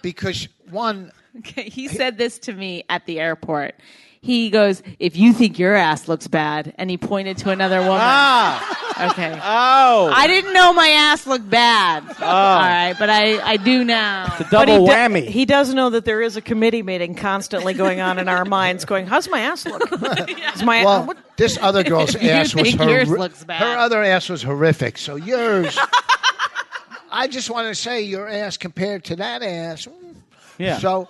Because, one,
Okay, he said this to me at the airport. He goes, "If you think your ass looks bad," and he pointed to another woman. Okay.
Ah! Oh,
I didn't know my ass looked bad. All right, but I, I do now.
But
double
he do-
whammy.
he does know that there is a committee meeting constantly going on in our minds, going, "How's my ass look? Is my
well,
what-
this other girl's ass was
think
horri-
yours looks bad.
Her other ass was horrific. So yours, I just want to say, your ass compared to that ass. mm.
Yeah.
So,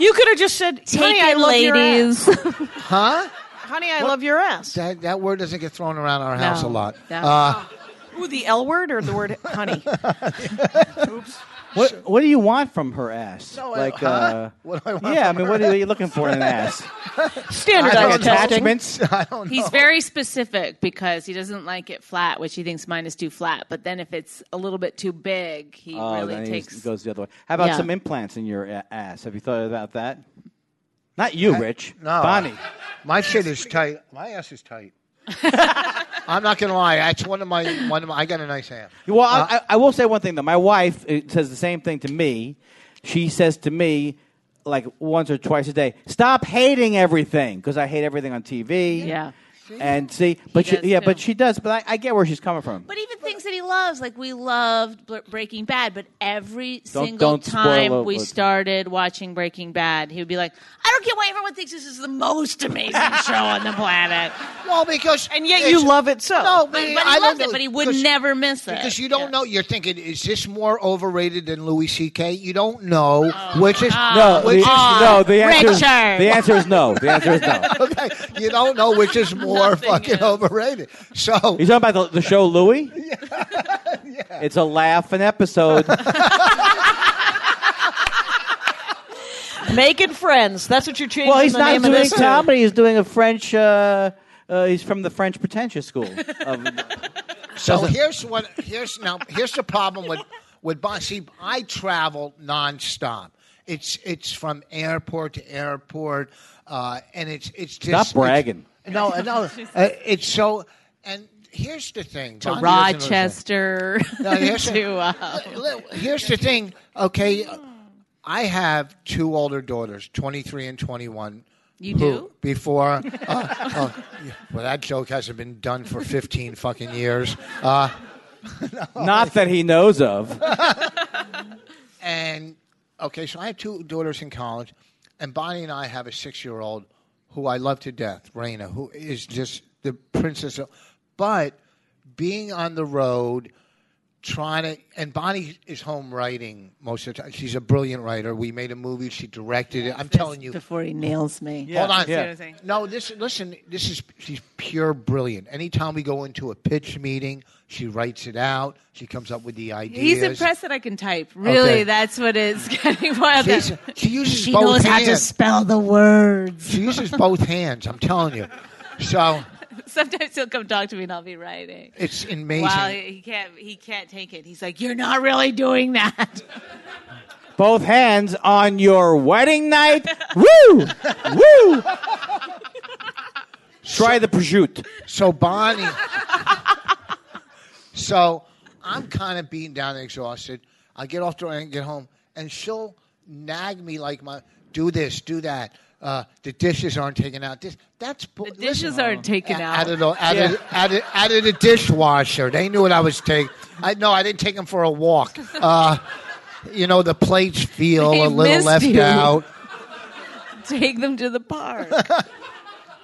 You could have just said, "Honey,
Take
I
it,
love your ass.
ladies.
huh?
Honey, I love your ass."
That, that word doesn't get thrown around our house a lot.
No.
Uh,
Ooh, the L word or the word honey?
what, what do you want from her ass?
No, I-
like,
huh?
uh,
What do I want
yeah, I
from
mean, what are you looking for in an ass?
I
Standardized
don't know.
testing.
Attachments?
I don't know.
He's very specific because he doesn't like it flat, which he thinks mine is too flat. But then if it's a little bit too big, he
Oh, then
really
he
takes.
goes the other way. How about
Yeah.
some implants in your a- ass? Have you thought about that? Not you, Rich.
no.
Bonnie.
My shit is tight. My ass is tight. I'm not gonna lie. That's one of my one of my. I got a nice ass.
Well, I, I, I will say one thing though. My wife uh, says the same thing to me. She says to me, like once or twice a day, "Stop hating everything," because I hate everything on TV.
Yeah.
And see, but she,
does,
yeah, but
too.
she does. But I, I get where she's coming from.
But even things that he loves, like we loved Bl- Breaking Bad, but every single
don't spoil
time
it,
we
but-
started watching Breaking Bad, he would be like, "I don't get why everyone thinks this is the most amazing show on the planet."
Well, because
And yet you
it's-
love it so.
No,
But,
man,
but he
I
loved
don't
it,
know,
but he would
'cause-
never miss it
Because you don't
Yeah.
know. You're thinking, is this more overrated than Louis C.K.? You don't know
Oh,
which is
no, the,
which is
no, the answer is, the
uh, Richard.
answer is no. The answer is no.
okay. You don't know which is more
Nothing
fucking
is.
overrated. So
You talking about the, the show Louie? yeah. It's a laugh an episode.
Making friends. That's what you're changing
Well, he's
the
not
name of
doing
this to.
comedy. He's doing a French. Uh, uh, he's from the French pretentious school. Of,
So here's what here's now here's the problem with with Bon. See, I travel nonstop. It's it's from airport to airport, uh, and it's it's just
Stop bragging.
it's- no, no, uh, it's so. And here's the thing:
to
Bonnie doesn't understand.
Rochester
No, here's the-
to uh,
Li- here's the thing. Okay, I have two older daughters, 23 and 21.
You
who
do?
Before, uh, uh, yeah, well, that joke hasn't been done for 15 fucking years. Uh,
not that he knows of.
And okay, so I have two daughters in college, and Bonnie and I have a six-year-old who I love to death, Raina, who is just the princess. Of, but being on the road, trying to, and Bonnie is home writing most of the time. She's a brilliant writer. We made a movie. She directed it. I'm telling you,
before he nails me.
Hold on.
Yeah.
See what I'm saying?
No, this listen, this is she's pure brilliant. Anytime we go into a pitch meeting, she writes it out. She comes up with the ideas.
He's impressed that I can type. Really,
Okay.
that's what is getting wild.
She's- she uses
she
both
knows how to
hands.
spell the words.
She uses both hands, I'm telling you. So
Sometimes he'll come talk to me and I'll be writing.
it's amazing.
Wow, he can't. He can't take it. He's like, "You're not really doing that."
Both hands on your wedding night. Woo! Woo! Try the prosciutto.
So Bonnie. so I'm kind of beaten down and exhausted. I get off the and get home, and she'll nag me like my do this, do that. Uh, the dishes aren't taken out. This that's bu-
The dishes
listen, um, uh,
aren't taken
a-
out.
Out of the out, of, out, of, out of the dishwasher. They knew what I was taking. I no, I didn't take them for a walk. Uh, you know the plates feel
They
a little
missed
left
you.
out.
Take them to the park.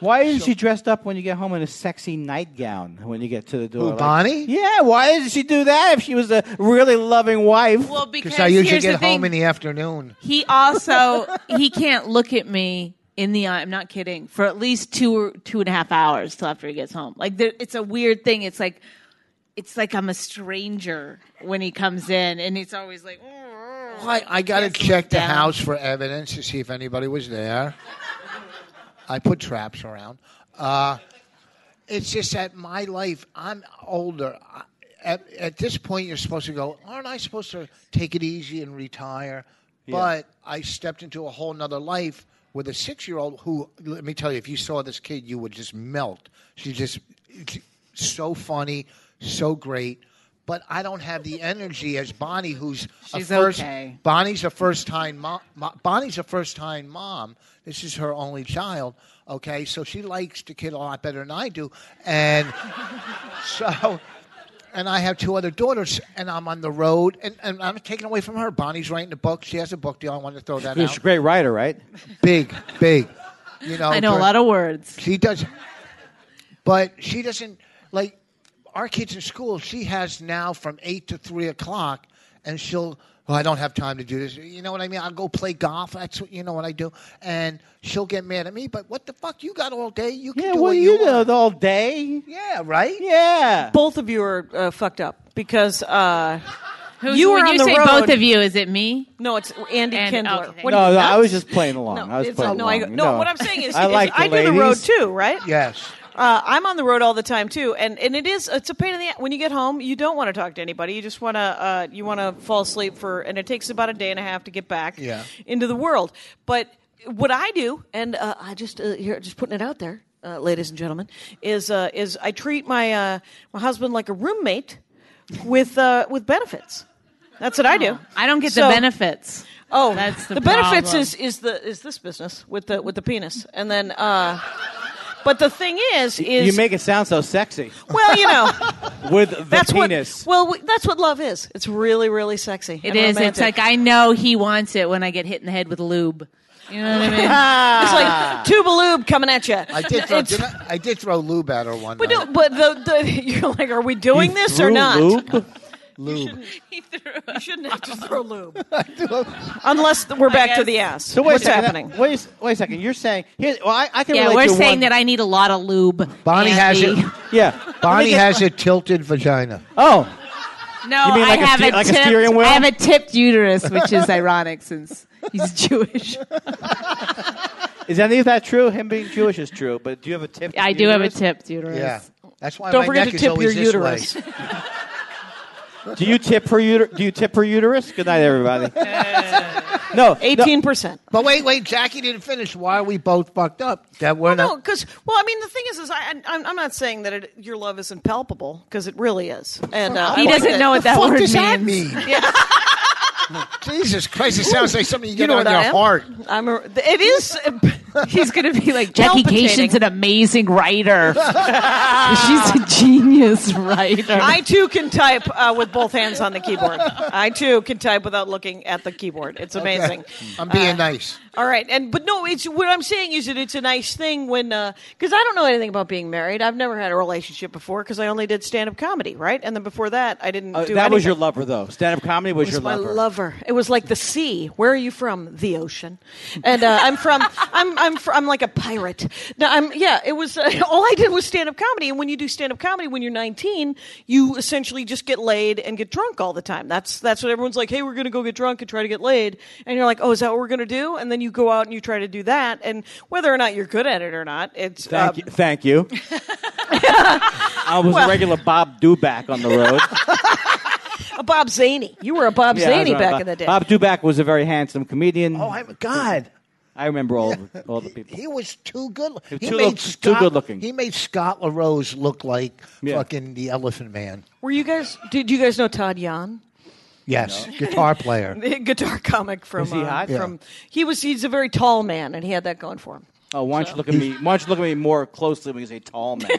Why isn't she dressed up when you get home in a sexy nightgown when you get to the door?
Who,
Like-
Bonnie?
yeah, why doesn't she do that if she was a really loving wife?
well,
Because
because
I usually
here's
get
the thing.
home in the afternoon.
he also he can't look at me in the eye. I'm not kidding. For at least two or two and a half hours till after he gets home. Like there, it's a weird thing. It's like it's like I'm a stranger when he comes in, and it's always like. "Mm."
I, I got to
Yes,
check the
down.
house for evidence to see if anybody was there. I put traps around. Uh, it's just that my life, I'm older. I- At, at this point, you're supposed to go, aren't I supposed to take it easy and retire? But I stepped into a whole nother life with a six year old who, let me tell you, if you saw this kid, you would just melt. She's just so funny, so great. But I don't have the energy as Bonnie, who's
She's
a first.
okay.
Bonnie's a first time mom. Bonnie's a first time mom. This is her only child. Okay, so she likes the kid a lot better than I do, and so, and I have two other daughters, and I'm on the road, and, and I'm taken away from her. Bonnie's writing a book. She has a book deal. I wanted to throw that
She's
out.
a great writer, right?
Big, big. You know,
I know a
but
lot of words.
She does, but she doesn't like our kids in school. She has now from eight to three o'clock, and she'll. Oh, I don't have time to do this. You know what I mean? I'll go play golf. That's what you know what I do, and she'll get mad at me. But what the fuck? You got all day. You can
Yeah,
do
what do
you,
you do
want.
all day?
Yeah, right.
Yeah.
Both of you are uh, fucked up because uh,
Who's,
You were
when
on
you
the
say
road.
both of you, is it me?
no, it's Andy
And-
Kindler.
okay, thank
What are
No,
you,
no, I was
nuts?
just playing along. I was
it's-
playing
no, I,
along.
go- no, what I'm saying is,
I
is
like the
I do the road
ladies.
too, right?
Yes.
Uh, I'm on the road all the time too, and, and it is it's a pain in the when you get home. You don't want to talk to anybody. You just want to uh, you want to fall asleep for, and it takes about a day and a half to get back
Yeah.
into the world. But what I do, and uh, I just uh, here just putting it out there, uh, ladies and gentlemen, is uh, is I treat my uh, my husband like a roommate with uh, with benefits. That's what I do.
Oh, I don't get the
So-
benefits.
Oh,
That's the
benefits
problem.
is is the is this business with the with the penis, and then. Uh, but the thing is, is
you make it sound so sexy
well, you know,
with the
that's
penis.
what. Well, we, that's what love is. It's really, really sexy.
It is. It's like I know he wants it when I get hit in the head with lube. You know what I mean?
it's like tuba lube coming at you.
I did throw didn't I, I did throw lube at her one
But
night.
no, but the, the you're like, are we doing
You
this or
threw
not?
lube?
lube.
You shouldn't have to throw lube
I
unless th- we're back to
guess-
the ass.
So wait
What's
a second.
happening?
Wait, a s- wait a second. You're saying here. Well, I, I can
yeah,
relate
we're
to
saying
one-
that I need a lot of lube.
Bonnie has
Andy.
it.
Yeah,
Bonnie
Let me
has a tilted vagina.
Oh,
No,
You mean like
I
a
have
ste-
a
like a
tipped,
steering wheel?
I have a tipped uterus, which is ironic since he's Jewish.
is any of that true? Him being Jewish is true, but do you have a tip?
I do have a
uterus?
tipped uterus.
Yeah. That's why
Don't
my
forget
neck
to
is
tip your
always this way.
uterus.
Do you tip her uterus? Do you tip her uterus? Good night, everybody. no,
Eighteen percent.
But wait, wait, Jackie didn't finish. Why are we both fucked up? That we're
No,
not.
because well, I mean, the thing is, is I, I I'm I'm not saying that it, your love is impalpable because it really is, and uh,
He doesn't know what that
fuck
word
does that
means.
mean? Jesus Christ! It sounds like something you get
know
on
what
your
I am?
heart.
I'm a, it is.
He's gonna be like Jackie
Palpitating.
Cation's an amazing writer. She's a genius writer.
I too can type uh, with both hands on the keyboard. I too can type without looking at the keyboard. It's amazing.
I'm being nice.
All right, and but no, it's what I'm saying is that it's a nice thing when because I don't know anything about being married. I've never had a relationship before because I only did stand up comedy, right? And then before that, I didn't.
Uh,
do
that was
anything.
your lover, though. Stand-up comedy was,
It
your
was my
lover.
lover. It was like the sea. Where are you from? The ocean. And uh, I'm from. I'm I'm fr- I'm like a pirate. No, I'm yeah. It was uh, all I did was stand up comedy. And when you do stand up comedy, when you're 19, you essentially just get laid and get drunk all the time. That's that's what everyone's like. Hey, we're gonna go get drunk and try to get laid. And you're like, oh, is that what we're gonna do? And then you go out and you try to do that. And whether or not you're good at it or not, it's
Thank
um,
you. Thank you. I was a regular Bob Duback on the road.
a Bob Zaney. You were a Bob
Yeah, I was
Zaney
right.
back
Bob-
in the day.
Bob Duback was a very handsome comedian.
Oh my God!
I remember all of, all the people.
He was too good. He,
too
made
look- too
Scott,
good looking.
He made Scott LaRose look like
Yeah.
fucking the Elephant Man.
Were you guys? Did you guys know Todd Yan?
Yes, guitar player.
The guitar comic from
Was he
uh,
hot?
Yeah.
from he was he's a very tall man and he had that going for him.
Oh, why don't you look at me? Why don't you look at me more closely when you say tall man?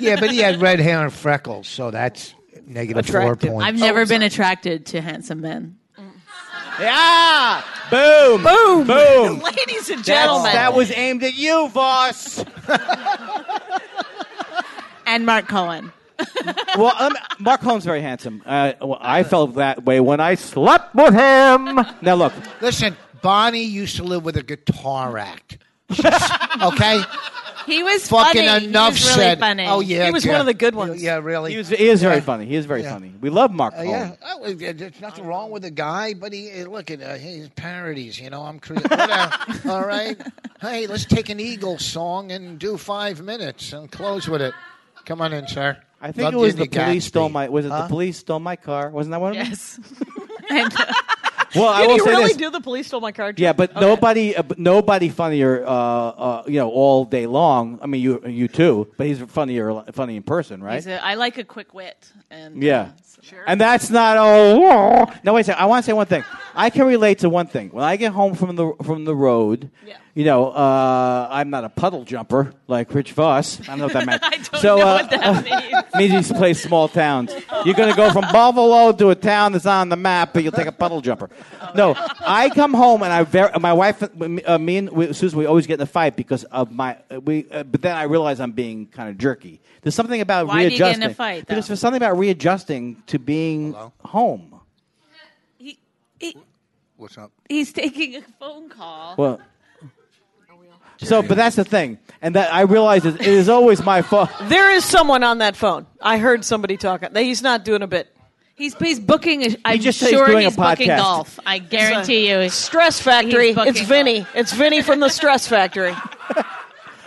yeah, but he had red hair and freckles, so that's negative
Attractive.
four points.
I've never been attracted to handsome men.
yeah! Boom! Boom! Boom!
Ladies and
That's,
gentlemen,
that was aimed at you, Voss.
And Mark Cohen.
well, um, Mark Holmes very handsome. Uh, well, I felt that way when I slept with him. Now look,
Listen, Bonnie used to live with a guitar act. okay?
He was
Fucking
funny.
enough
he was really
said.
Funny.
Oh yeah,
He was
yeah.
one of the good ones.
Yeah, really.
he was he is very
Yeah.
funny. He is very
Yeah.
funny. We love Mark
Uh,
Holmes.
yeah, oh, uh, there's nothing wrong with the guy, but he uh, look at uh, his parodies. You know, I'm creative. All right, hey, let's take an Eagles song and do five minutes and close with it. Come on in, sir.
I think
Love
it was
Disney
the police
Gatsby.
stole my. Was it the police stole my car? Wasn't that one? of them?
Yes. I know.
Well, I will
you
say
really
this.
do the police stole my car.
Yeah, but nobody, uh, but nobody funnier. Uh, uh, you know, all day long. I mean, you, you too. But he's funnier, funny in person, right?
He's a- I like a quick wit. And,
Yeah.
Sure.
And that's not oh no wait a second. I want to say one thing. I can relate to one thing. When I get home from the from the road,
Yeah.
you know, uh, I'm not a puddle jumper like Rich Voss. I don't know what that meant.
I don't
so
know
uh,
what that means.
means you play small towns. You're going to go from Buffalo to a town that's on the map, but you'll take a puddle jumper. No, I come home and I ver- my wife, uh, me and we, Susan, we always get in a fight because of my uh, we. Uh, but then I realize I'm being kind of jerky. There's something about
Why do you
readjusting.
get in a fight, though?
Because there's something about readjusting to being home.
He, he,
What's up?
he's taking a phone call.
Well. So, but that's the thing, and that I realize is- it is always my fault.
There is someone on that phone. I heard somebody talking. He's not doing a bit.
He's, he's booking. A, I'm
just said he's
sure
doing a
booking
podcast.
golf. I guarantee you. It's
Stress Factory.
He's booking
It's Vinny. It's Vinny from the Stress Factory.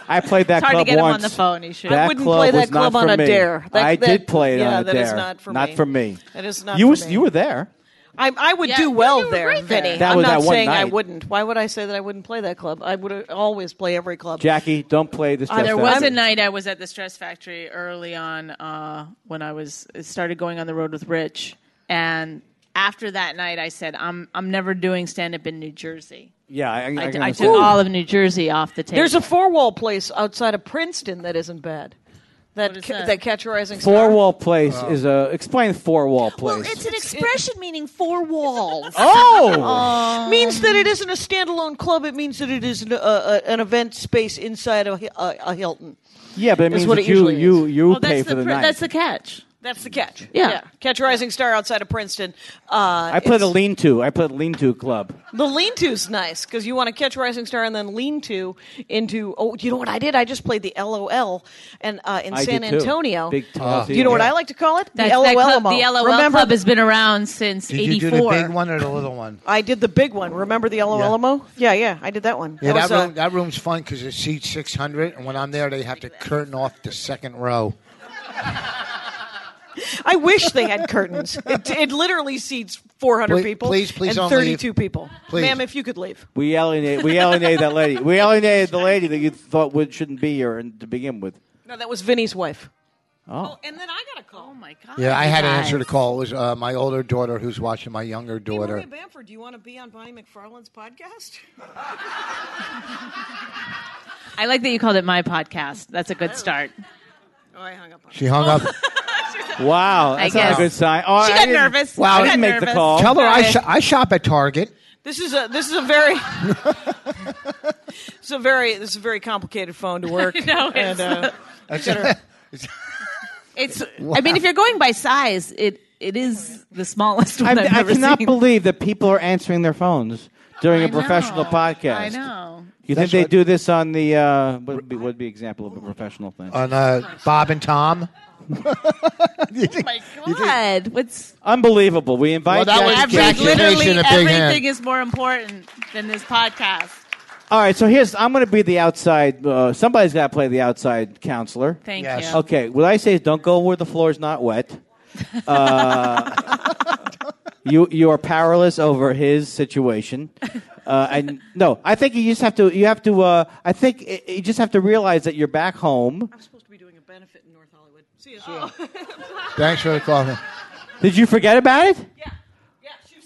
I played that
hard to
club
get him
once.
on the phone. He should.
That
wouldn't
club
play that
was not
club on
for
a
me.
dare. That-
I
that-
did play it
yeah,
on a
that
dare.
is not for me. That is not
You
for
was
me.
you were there.
I, I would
Yeah,
do
you
well
were
there,
right there.
Vinny.
That
I'm
was
not
that one
saying I
night.
wouldn't. Why would I say that I wouldn't play that club? I would always play every club.
Jackie, don't play this.
there
Oh, There
Jeff
was
Dahmer.
a night I was at the Stress Factory early on uh, when I was started going on the road with Rich, and after that night, I said, "I'm I'm never doing stand up in New Jersey."
Yeah, I, I,
I,
can
I
understand.
took all of New Jersey off the table.
There's a four wall place outside of Princeton that isn't bad. That
is
ca-
that?
that? Catch a Rising Star.
four wall place
Oh.
is a explain four wall place.
an expression meaning four walls.
oh,
means that it isn't a standalone club. It means that it is an, uh, uh, an event space inside a, a, a Hilton.
yeah, but it
That's
means
what
that
it
you
usually
you you
well,
pay
that's
for
the,
the
pr-
night.
that's the catch.
That's the catch.
Yeah.
Catch a Rising Star outside of Princeton. Uh,
I played a
it's-
lean to. I played a lean to club.
The lean to's nice because you want to catch Rising Star and then lean to into. Oh, you know what I did? I just played the LOL and uh, in
I
San
did too.
Antonio.
Big tall.
you know what I like to call it? The
That's-
LOL
that club,
-amo.
the LOL
Remember,
club has been around since
Did you
'84.
do the big one or the little one?
I did the big one. Remember the LOL
Yeah.
-amo? Yeah, yeah, I did that one.
Yeah, that,
That was, uh,
room, that room's fun because it seats 600, and when I'm there, they have to curtain off the second row.
I wish they had curtains. It, it literally seats 400
Please-
people.
please, please
and
don't leave.
32 people.
Please.
Ma'am, if you could leave.
We alienated. We alienated that lady. We alienated the lady that you thought would, shouldn't be here and, to begin with.
No, that was Vinny's wife.
Oh,
And then I got a call.
Oh my god!
Yeah, I
you
had to
guys.
answer the call. It was uh, my older daughter who's watching my younger daughter.
Bamford, do you want to be on Bonnie McFarland's podcast?
I like that you called it my podcast. That's a good start.
Oh, I hung up on
She hung up.
wow, that's not
guess.
a good sign. Oh,
She
I
got
didn't-
nervous.
Wow,
She
I didn't
got
make the
nervous.
call.
Tell her I,
Sorry.
sho- I shop at Target.
This is a this is a very it's a very this is a very complicated phone to work.
No, it's-
and, uh,
It's. I mean, if you're going by size, it it is the smallest
I,
one I've
I
ever
cannot
seen.
believe that people are answering their phones during a
I
professional
know.
podcast.
I know.
You
That's
think they
what-
do this on the uh, what would be, what would be example of a professional thing?
on uh, Bob and Tom.
My God, what's
Unbelievable. We invite
Well, that was
Jackie
every,
Jackie
Jackson.
literally
Jackson, a big hand.
everything is more important than this podcast.
All right, so here's I'm going to be the outside. Uh, somebody's got to play the outside counselor.
Thank
Yes.
you.
Okay, what I say is don't go where the floor is not wet. Uh, you you are powerless over his situation. Uh, and no, I think you just have to. You have to. Uh, I think i you just have to realize that you're back home.
I'm supposed to be doing a benefit in North Hollywood. See ya. Oh.
Thanks for the call. man.
Did you forget about it?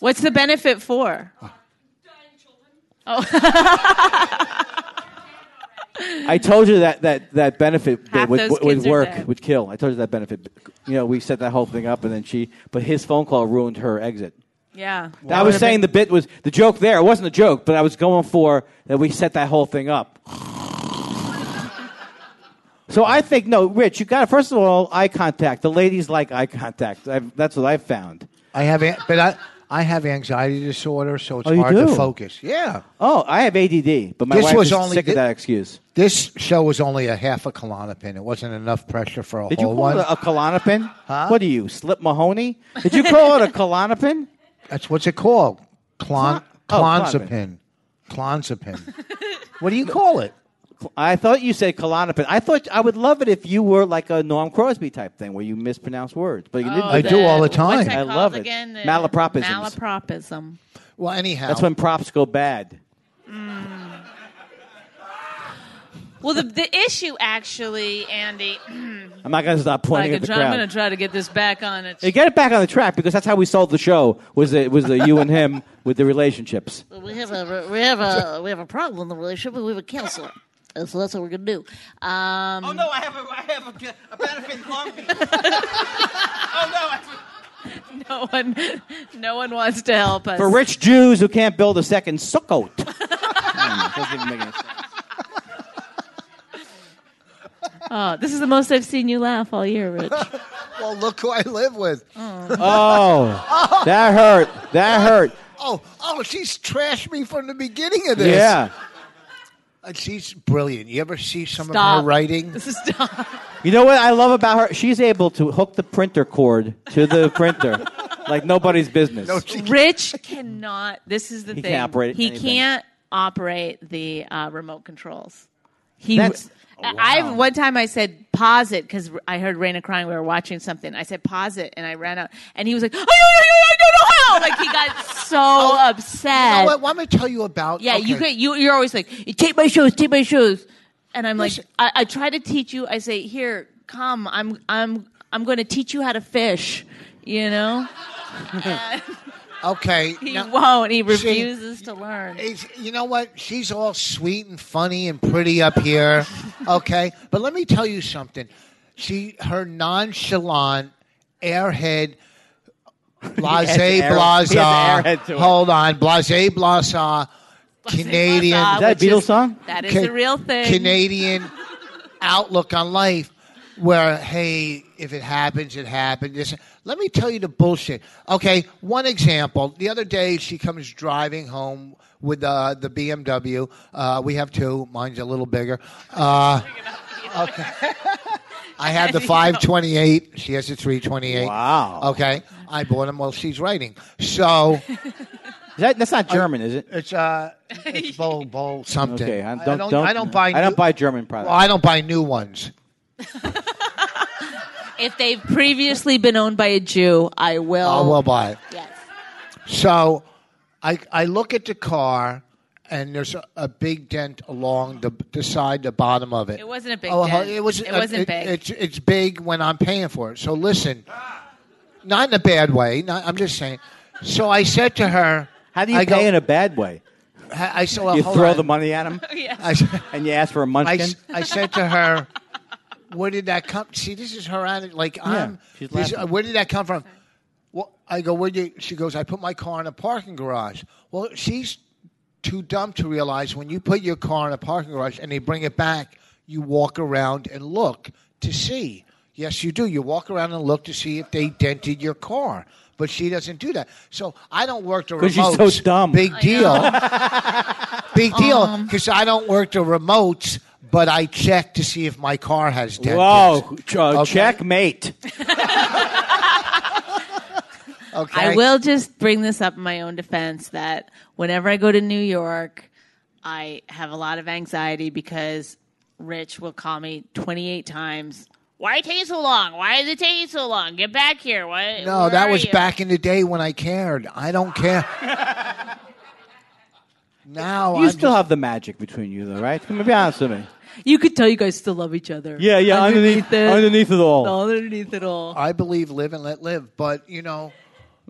What's the benefit for?
I told you that that, that benefit
Half
that would,
those
would, would
kids are
work
dead.
would kill. I told you that benefit. You know, we set that whole thing up, and then she. But his phone call ruined her exit.
Yeah.
I was saying the bit was the joke. There, it wasn't a joke, but I was going for that. We set that whole thing up. so I think no, Rich, you got to first of all eye contact. The ladies like eye contact. I've, that's what I've found.
I have, an- but I, I have anxiety disorder, so it's
Oh, you
hard
do?
to focus. Yeah,
Oh, I have ADD, but my
This
wife
was
is
only-
sick
thi-
of that excuse.
this show was only a half a Klonopin. It wasn't enough pressure for a
Did you
whole
call
one.
it a Klonopin? What are you, Slip Mahoney? Did you call it a Klonopin?
That's what's it called. Clon,
Clon- oh,
clonazepam. Clonazepam. what do you call it?
I thought you said Klonopin. I thought I would love it if you were like a Norm Crosby type thing where you mispronounce words, but you didn't.
Oh, I do all the time.
What's that
I
called
love it.
Again? The-
Malapropisms.
Malapropism.
Well, anyhow,
That's when props go bad.
Well, the, the issue actually, Andy,
I'm not going to stop
like
pointing
I'm
at the
going to
crowd.
try to get this back on it.
Hey, get it back on the track because that's how we sold the show. Was it was the you and him with the relationships?
we have a we have a we have a problem in the relationship, but we have a counselor, and so that's what we're gonna do. Um,
Oh no, I have a, I have a, a benefit in Long Beach. oh no, I have a-
No one, no one wants to help us.
For rich Jews who can't build a second Sukkot. Mm, doesn't even make any sense.
Oh, this is the most I've seen you laugh all year, Rich.
well, look who I live with.
Oh, that hurt. That hurt.
Oh, oh, she's trashed me from the beginning of this.
Yeah.
Uh, she's brilliant. You ever see some of
Stop.
her writing?
Stop.
You know what I love about her? She's able to hook the printer cord to the printer like nobody's business.
No, she-
Rich cannot. This is the
He
thing.
can't operate
he
anything.
can't operate the uh, remote controls. He.
That's- Oh,
I I- one time I said pause it because I heard Raina crying. We were watching something. I said pause it, and I ran out, and he was like, "I don't, I don't, I don't know how!" Like he got so upset.
Oh, what, what I'm going to tell you about.
Yeah, you
okay.
could. You, you're always like, take my shoes, take my shoes, and I'm like, I, I try to teach you. I say, here, come, I'm, I'm, I'm going to teach you how to fish. You know,
Okay.
he
now-
won't. He refuses to learn.
It's, you know what? She's all sweet and funny and pretty up here, okay? But let me tell you something. She, her nonchalant, airhead,
has
blase
air- he has airhead to
blasa.
it.
Hold on, blase blasa, Canadian,
Is
Is that a
Which
Beatles
is-
song?
That is
Ca-
the real thing.
Canadian outlook on life where, hey, if it happens, it happens. This- Let me tell you the bullshit. Okay, one example. The other day, she comes driving home with uh, the BMW. Uh, we have two. Mine's a little bigger. Uh, okay. I have the 528. She has the 328.
Wow.
Okay. I bought them while she's writing. So
Is that, that's not German, is it?
it's uh, it's bowl bowl something.
Okay, I
I
don't,
don't, I don't buy.
I don't
new-
buy German products.
well, I don't buy new ones.
If they've previously been owned by a Jew, I will.
I will buy it.
Yes.
So I, I look at the car, and there's a, a big dent along the, the side, the bottom of it.
It wasn't a big
Oh,
dent.
It, was,
It wasn't
it-
big.
It's, it's big when I'm paying for it. So listen, not in a bad way. Not, I'm just saying. So I said to her,
How do you
I
pay
go,
in a bad way?
I I said, well,
You
hold
throw
on.
the money at him
I said-
and you ask for a
I,
munchkin.
s- I said to her, "Where did that come? See, this is her attitude. Like I'm.
she's
this-
laughing.
where did that come from? Well, I go. Where did she goes? I put my car in a parking garage. Well, she's too dumb to realize when you put your car in a parking garage and they bring it back, you walk around and look to see. Yes, you do. You walk around and look to see if they dented your car. But she doesn't do that. So I don't work the
'Cause
remote.
she's so dumb.
Big deal. Big deal
Um,
because I don't work the remotes, but I check to see if my car has dent.
Whoa, ch- uh,
Okay.
checkmate.
Okay.
I will just bring this up in my own defense that whenever I go to New York, I have a lot of anxiety because Rich will call me 28 times. Why take so long? Why is it taking so long? Get back here. Why?
No,
where
that
are
was
you?"
back in the day when I cared. I don't care. now
You
I'm
still
just-
have the magic between you, though, right? Come on, be honest with me.
You could tell you guys still love each other.
Yeah, yeah, underneath, underneath,
it.
it all.
Underneath it all.
I believe live and let live, but you know,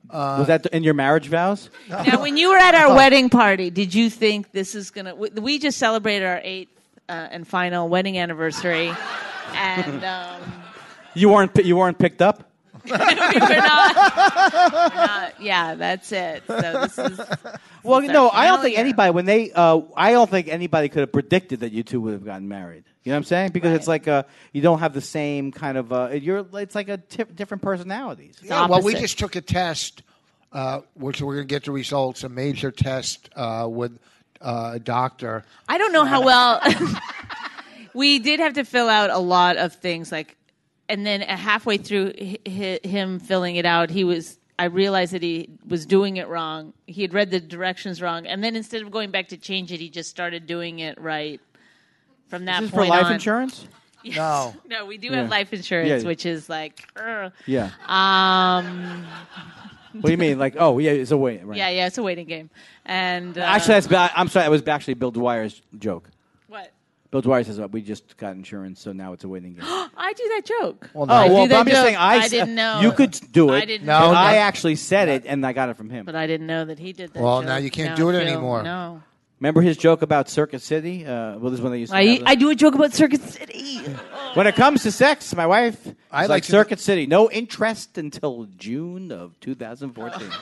Uh,
Was that in your marriage vows?
Now, when you were at our wedding party, did you think this is gonna? We, we just celebrated our eighth uh, and final wedding anniversary, and um,
You weren't, pi- you weren't picked up?
We're not, we're not- Yeah, that's it. So this is.
Well,
It's
no,
our
I don't think
failure.
anybody when they uh, I don't think anybody could have predicted that you two would have gotten married. You know what I'm saying? Because it's like uh, you don't have the same kind of uh, you're it's like a ti- different personalities.
yeah, well, we
opposite.
just took a test, uh, which we're going to get the results. A major test uh, with uh, a doctor.
I don't know how well. we did have to fill out a lot of things, like, and then halfway through hi hi him filling it out, he was. I realized that he was doing it wrong. He had read the directions wrong, and then instead of going back to change it, he just started doing it right. from that
Is this for
point
life
on.
insurance?
No.
No, we do
Yeah.
have life insurance,
Yeah.
which is like, uh,
Yeah.
um,
what do you mean? Like, oh, yeah, it's a wait. Right.
yeah, yeah, it's a waiting game. And uh,
Actually, that's. ba- I'm sorry. That was actually Bill Dwyer's joke.
what?
Bill Dwyer says uh, we just got insurance, so now it's a waiting game. oh
I do that joke.
well,
do
but
that
I'm just
joke.
saying I,
I
s-
didn't know.
you could do it.
I didn't
No,
but
know.
I
that.
actually said it, and I got it from him.
but I didn't know that he did that.
Well,
joke.
now you can't
Now
do it
I feel-
anymore.
No,
Remember his joke about Circus City? Uh, well, this is when they used to.
I,
have
I do a joke about Circuit City.
it. When it comes to sex, my wife.
I like
is like
to-
Circuit City. No interest until June of 2014.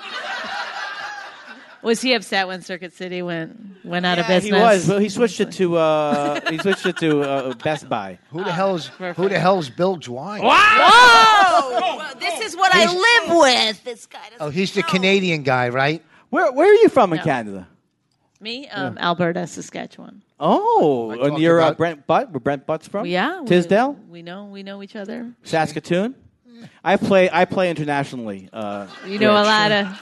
Was he upset when Circuit City went went out of
Yeah,
business?
he was. Well, he switched it to. Uh, he switched it to uh, Best Buy.
Who the hell's Who the hell's Bill Dwyer?
Oh, this is what I live with. This guy doesn't
Oh, he's the Canadian guy, right?
Where Where are you from in
No.
Canada?
Me, um, Alberta, Saskatchewan.
Oh,
I
and
talked
you're uh,
about-
Brent Butt. Where Brent Butt's from?
Oh. Yeah, we-
Tisdale.
We know we know each other.
Saskatoon. I play. I play internationally. Uh,
You know a
Rich.
lot of.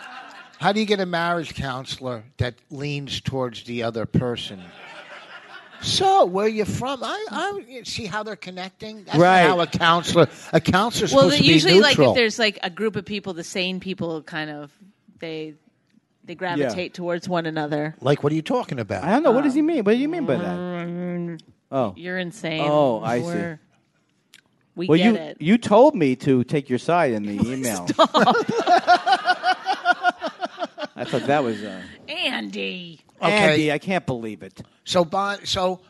How do you get a marriage counselor that leans towards the other person? So, where you from? I, I see how they're connecting. That's not
Right.
how a counselor, a counselor's
Well,
supposed to be
usually, like
neutral.
if there's like a group of people, the sane people kind of they they gravitate towards one another.
Like, what are you talking about?
I don't know. What does he mean? What do you mean by that? um, Oh,
You're insane.
Oh, I see.
We're- We
well,
get
you
it.
you told me to take your side in the email. I thought that was uh,
Andy.
Okay.
Andy. I can't believe it.
So Bon, so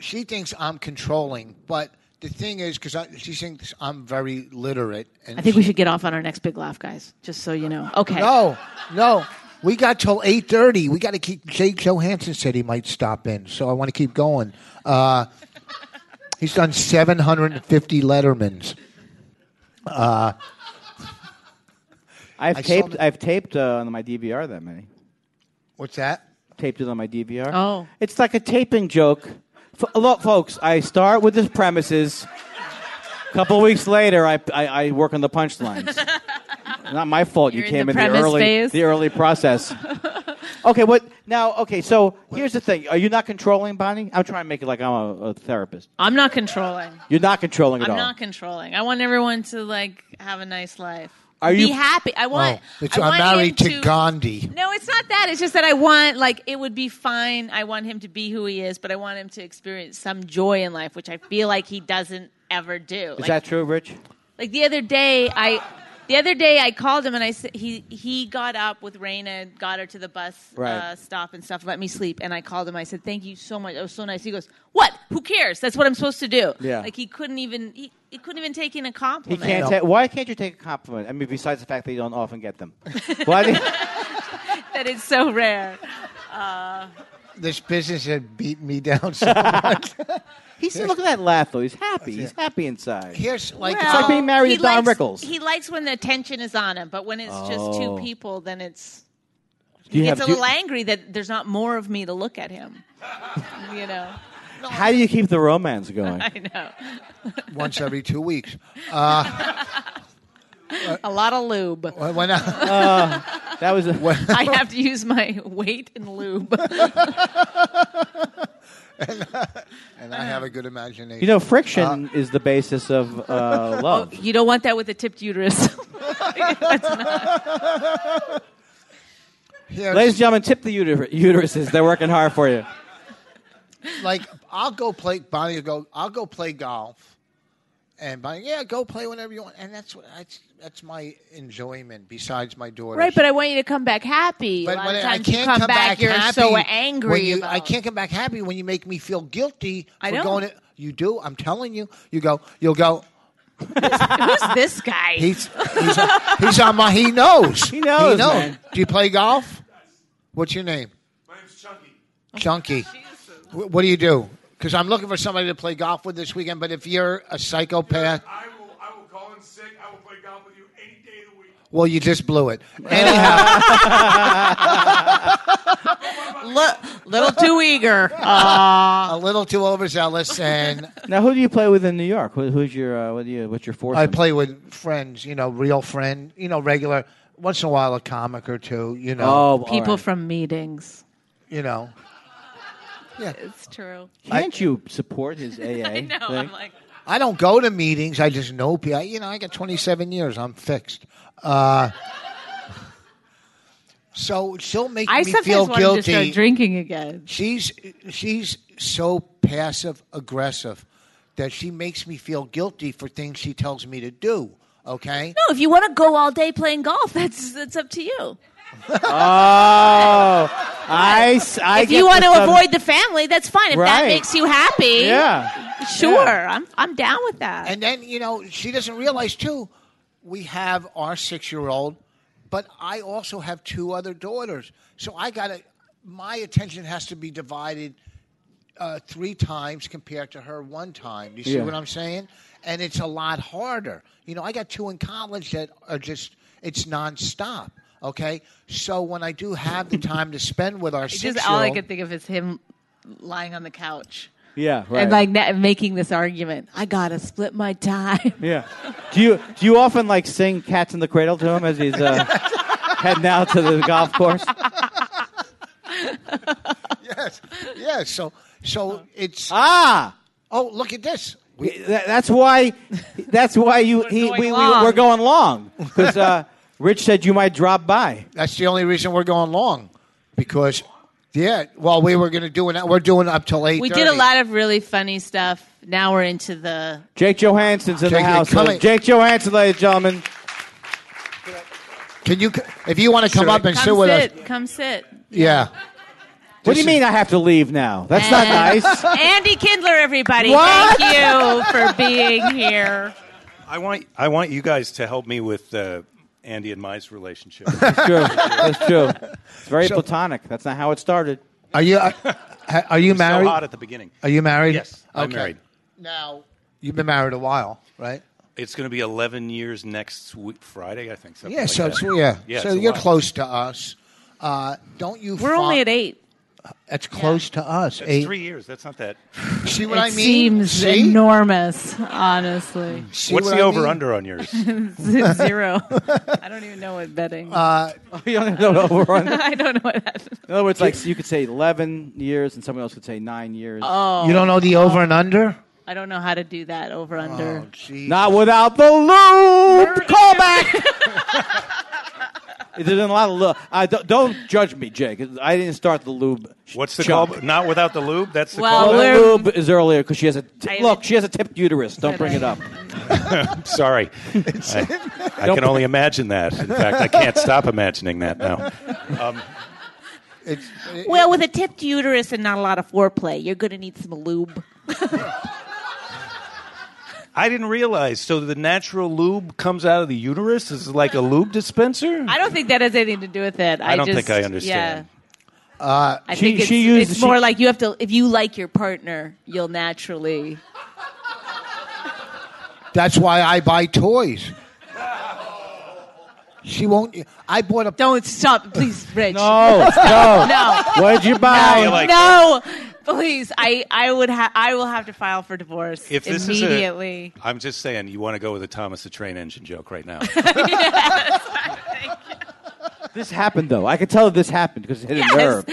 she thinks I'm controlling, but the thing is, because she thinks I'm very literate. And
I think we should get off on our next big laugh, guys. Just so you know. Okay.
no, no. We got till eight thirty. We got to keep. Jake Johansson said he might stop in, so I want to keep going. Uh, he's done seven hundred and fifty Lettermans.
I've
I saw
taped.
the-
I've taped uh, on my DVR that many.
What's that?
taped it on my DVR.
Oh.
It's like a taping joke. F- look, folks, I start with the premises. A couple weeks later, I, I, I work on the punchlines. Not my fault
You're
you
in
came
the
in the
premise
early,
phase.
the early process. okay, what now? Okay, so here's the thing. Are you not controlling, Bonnie? I'm trying to make it like I'm a, a therapist.
I'm not controlling.
You're not controlling at
I'm
all.
not controlling. I want everyone to like have a nice life.
Are
Be
you-
happy. I want.
Oh, it's,
I
I'm
want
married
him
to, Gandhi.
No, it's not that. It's just that I want like it would be fine. I want him to be who he is, but I want him to experience some joy in life, which I feel like he doesn't ever do.
Is
Like,
that true, Rich?
like the other day, I the other day I called him and I said he he got up with Raina, got her to the bus
Right.
uh, stop and stuff, let me sleep, and I called him. I said thank you so much. That was so nice. He goes, what? Who cares? That's what I'm supposed to do.
Yeah.
Like he couldn't even he, he couldn't even take in a
He
compliment.
can't. ta- why can't you take a compliment? I mean, besides the fact that you don't often get them. why? Do
That is so rare.
This business had beaten me down so much.
he's look at that laugh though. He's happy. He's happy inside.
Here's like
Well,
like being married
Um, he
to Don
likes-
Rickles.
He likes when the attention is on him, but when it's just two
Oh.
people, then it's he
Do you
gets
have-
a
do-
little angry that there's not more of me to look at him. you know,
How do you keep the romance going?
I know.
once every two weeks.
A lot of lube.
When- when I-
That was a,
I have to use my weight and lube.
and I have a good imagination.
you know friction is the basis of uh, love.
you don't want that with a tipped uterus.
Here's-
Ladies and gentlemen, tip the uter- uteruses. They're working hard for you.
like I'll go play. Bonnie will go. I'll go play golf, and Bonnie, yeah, go play whenever you want. And that's what that's that's my enjoyment. Besides my daughter,
right, but I want you to come back happy. a lot of times you come, back, you're so angry.
when you-
about-
I can't come back happy when you make me feel guilty.
I
for
don't.
Going to, you do. I'm telling you. You go. You'll go.
Who's this guy?
He's he's, he's on my. He knows.
He knows, man.
Do you play golf? What's your name?
My name's Chunky.
Chunky. Wh- What do you do? Because I'm looking for somebody to play golf with this weekend. But if you're a psychopath,
I will I will call in sick. I will play golf with you any day of the week.
Well, you just blew it. Anyhow,
little too eager.
a little too overzealous, and
Now, who do you play with in New York? Who, who's your uh, what do you, what's your foursome?
I play with friends, you know, real friend, you know, regular. Once in a while, a comic or two, you know,
Oh, all
People
right.
from meetings.
you know. Yeah.
It's true.
Can't you support his AA?
I know. I'm
thing?
like,
I don't go to meetings. I just know people. You know, I got 27 years. I'm fixed. Uh, so she'll make
I
me
sometimes
feel
want him to start
guilty.
drinking again.
she's she's so passive aggressive that she makes me feel guilty for things she tells me to do. Okay.
No, if you want to go all day playing golf, that's that's up to you.
Oh, I, s- I
if
get
you want
the
to
sub-
avoid the family, that's fine. If that
Right.
makes you happy,
yeah,
sure, I'm I'm down with that.
And then, you know, she doesn't realize too, we have our six year old, but I also have two other daughters. So I got to, my attention has to be divided uh, three times compared to her one time. You see
Yeah.
what I'm saying? And it's a lot harder. You know, I got two in college that are just, it's nonstop. Okay, so when I do have the time to spend with our six
Just all I could think of is him lying on the couch
yeah, right.
and like na- making this argument. I gotta split my time.
yeah. Do you do you often like sing "Cats in the Cradle" to him as he's uh, heading out to the golf course?
yes, yes. So, so it's.
Ah,
Oh, look at this.
That- that's why. That's why you. He,
going
we, we
long.
we're going long because uh, Rich said you might drop by.
That's the only reason we're going long, because yeah. Well, we were going to do an. We're doing up till eight.
We did a lot of really funny stuff. Now we're into the
Jake Johansson's in
Jake,
the house.
come
so-
in.
Jake Johansson, ladies and gentlemen.
Can you, c- if you want to come
Sure.
up and
come
sit with
sit,
us?
come sit.
Yeah.
What do you mean I have to leave now? That's not
And-
nice.
Andy Kindler, everybody,
What?
thank you for being here.
I want I want you guys to help me with uh, Andy and my relationship.
That's true. That's true. It's very platonic. That's not how it started.
Are you? Are, are you married? Uh,
So hot at the beginning.
are you married?
Yes, I'm married.
Now you've been married a while, right?
It's going to be 11 years next week, Friday, I think. something
Yeah.
like
So
that.
it's, yeah.
yeah
So
it's a
you're
while.
close to us. Uh, don't you?
We're
fi-
only at eight.
It's close to us.
That's
Eight.
three years. That's not that.
See what
it
I mean?
seems
See?
enormous, honestly.
See
What's
what
the
I
over
mean?
under on yours?
Zero. I don't even know what betting.
You don't have to overrun.
I don't know what that.
In other words, like you could say eleven years, and someone else could say nine years.
You don't know the over and under?
I don't know how to do that over under.
Oh, Gee.
Not without the loop. Call back. There's a lot of lube. I don't, don't judge me, Jake. I didn't start the lube. sh-
What's the
chunk.
call? Not without the lube. That's the
Well,
Oh,
call.
we're-
the lube is earlier because she has a
I
t-
have
look.
a-
She has a tipped uterus. Don't bring it up.
Sorry, I, I can only imagine that. In fact, I can't stop imagining that now.
It's, it-
Well, with a tipped uterus and not a lot of foreplay, you're going to need some lube.
I didn't realize. So the natural lube comes out of the uterus. Is it like a lube dispenser?
I don't think that has anything to do with it. I,
I don't
just-
think I understand.
Yeah. I
She-
think it's,
she used-
it's
she-
more like you have to. If you like your partner, you'll naturally.
That's why I buy toys. She won't. I bought a.
Don't stop, please, Rich.
Oh no!
no.
What did you buy?
You're like-
no, please. I, I would ha- I will have to file for divorce
If this is a-
immediately.
I'm just saying, you want to go with a Thomas the Train Engine joke right now.
This happened though. I could tell this happened because it hit a nerve.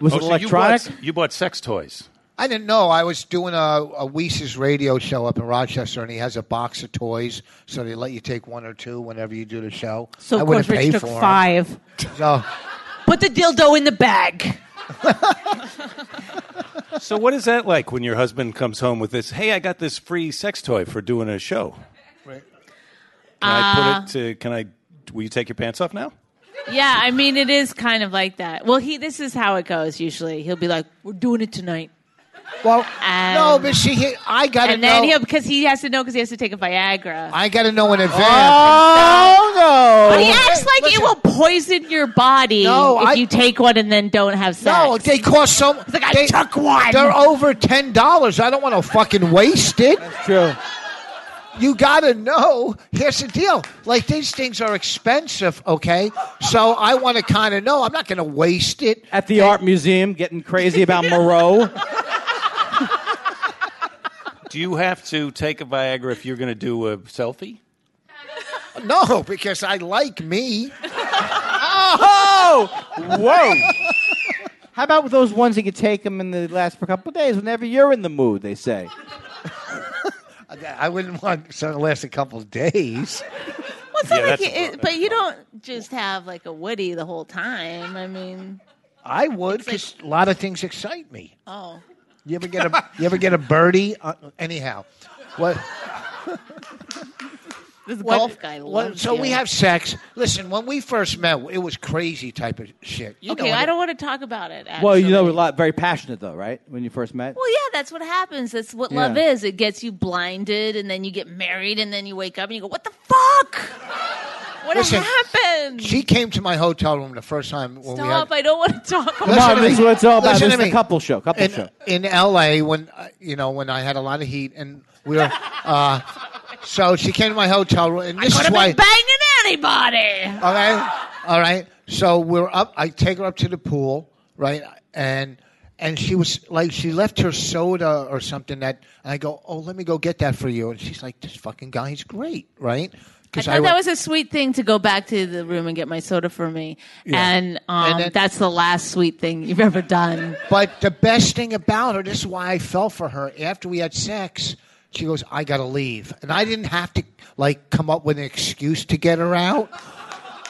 Was
Oh,
it
so you
electronic?
bought, you bought sex toys.
I didn't know. I was doing a, a Weese's radio show up in Rochester, and he has a box of toys, so they let you take one or two whenever you do the show.
So
I
of
wouldn't
course, Rich
pay
took
for 'em.
five.
So,
Put the dildo in the bag.
So what is that like when your husband comes home with this? Hey, I got this free sex toy for doing a show. Can I
Uh.
put it to? Can I? Will you take your pants off now?
Yeah, I mean it is kind of like that. Well, he this is how it goes usually. He'll be like, "We're doing it tonight."
well,
Um,
no, but she. I gotta
And then
know.
he'll because he has to know because he has to take a Viagra.
I gotta know in advance.
Oh no!
but he acts like
listen.
it will poison your body
No,
if
I-
you take one and then don't have sex.
no, they cost so.
like, I
they,
took one.
They're over ten dollars. I don't want to fucking waste it.
True.
you gotta know. Here's the deal: like these things are expensive, okay? So I want to kind of know. I'm not gonna waste it.
At the art museum, getting crazy about Moreau.
Do you have to take a Viagra if you're going to do a selfie?
No, because I like me.
Oh! Whoa! How about with those ones that you take them and they last for a couple of days whenever you're in the mood, they say.
I wouldn't want something to last a couple of days.
Well, it's not
Yeah,
like you,
that's a-
it, but you don't just have like a Woody the whole time. I mean,
I would because a lot of things excite me.
oh,
You ever get a you ever get a birdie? Uh, anyhow, what?
This
what-
golf guy
what-
loves
so
you.
we have sex. Listen, when we first met, it was crazy type of shit. You
okay.
know,
I don't want to talk about it. Actually.
Well, you know, we're a lot very passionate though, right? When you first met.
Well, yeah, that's what happens. That's what
Yeah.
love is. It gets you blinded, and then you get married, and then you wake up and you go, "What the fuck? What
Listen,
happened?
She came to my hotel room the first time when we had.
Stop! I don't want to talk about."
Come on,
to
this is
me.
what it's all about.
Listen
This
to
is
me.
a couple show. Couple
in,
show.
in LA when uh, you know when I had a lot of heat and we were uh, so she came to my hotel room and this
Could
is
have
why
been banging anybody.
all right all right so we're up I take her up to the pool right and and she was like she left her soda or something that and I go oh let me go get that for you and she's like this fucking guy's great right
I
because
thought that was a sweet thing to go back to the room and get my soda for me, and, um,
And then-
that's the last sweet thing you've ever done.
But the best thing about her, this is why I fell for her. After we had sex, she goes, "I gotta leave," and I didn't have to like come up with an excuse to get her out.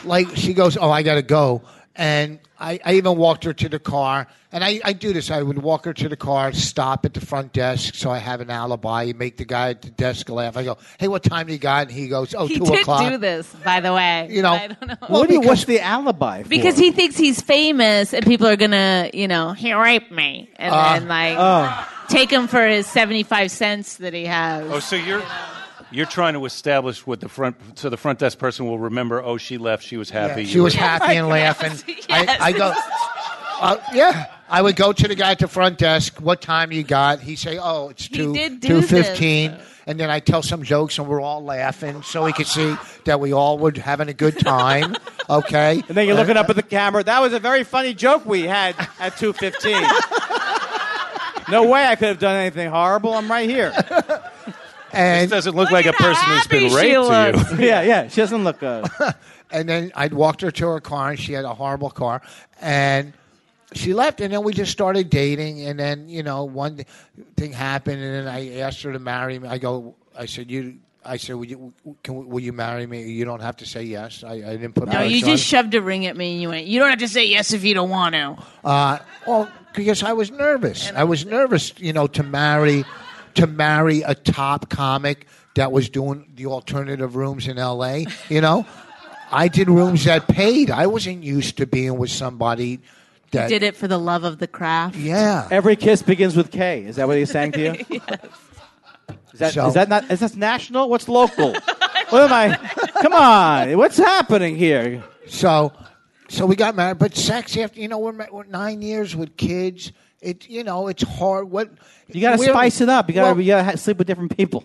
Like she goes, "Oh, I gotta go," and I, I even walked her to the car. And I, I do this. I would walk her to the car, stop at the front desk, so I have an alibi. Make the guy at the desk laugh. I go, "Hey, what time you got?" And he goes, "Oh,
He
two
did
o'clock."
do this, by the way.
You know,
I don't know.
Well,
what do you,
because-
what's the alibi for?
because he thinks he's famous and people are gonna, you know, he raped me, and
Uh,
then like
oh.
take him for his seventy-five cents that he has.
Oh, so you're you're trying to establish what the front so the front desk person will remember. Oh, she left. She was happy.
She
you
was
were-
happy and laughing.
Yes.
I, I go, uh, yeah. I would go to the guy at the front desk. What time you got? He'd say, "Oh, it's two
did do
two
this,
fifteen. And then I tell some jokes, and we're all laughing, so he could see that we all were having a good time. Okay.
And then you're looking up at the camera. That was a very funny joke we had at 2:15. no way I could have done anything horrible. I'm right here.
This
and
doesn't look,
Look
like a
at how
person who's
happy
been
she
raped
looks.
to you.
Yeah, yeah. She doesn't look. Uh,
and then I'd walked her to her car, and she had a horrible car, and she left, and then we just started dating, and then you know one th- thing happened, and then I asked her to marry me. I go, I said, you, I said, will you, can, will you marry me? You don't have to say yes. I, I didn't put.
no, you
marriage on
just
it.
shoved a ring at me and you went, You don't have to say yes if you don't want to.
Uh, well, because I was nervous. I was nervous, you know, to marry, to marry a top comic that was doing the alternative rooms in L.A. You know, I did rooms that paid. I wasn't used to being with somebody that
Did it for the love of the craft.
Yeah.
every kiss begins with K. Is that what he's saying to you? Is that,
So-
is that not? Is that national? What's local? what am I? Come on! What's happening here?
So, so we got married. But sex after you know we're, ma- we're nine years with kids. It you know it's hard. What
You got to
we're-
spice it up. You got to
well,
you got to sleep with different people.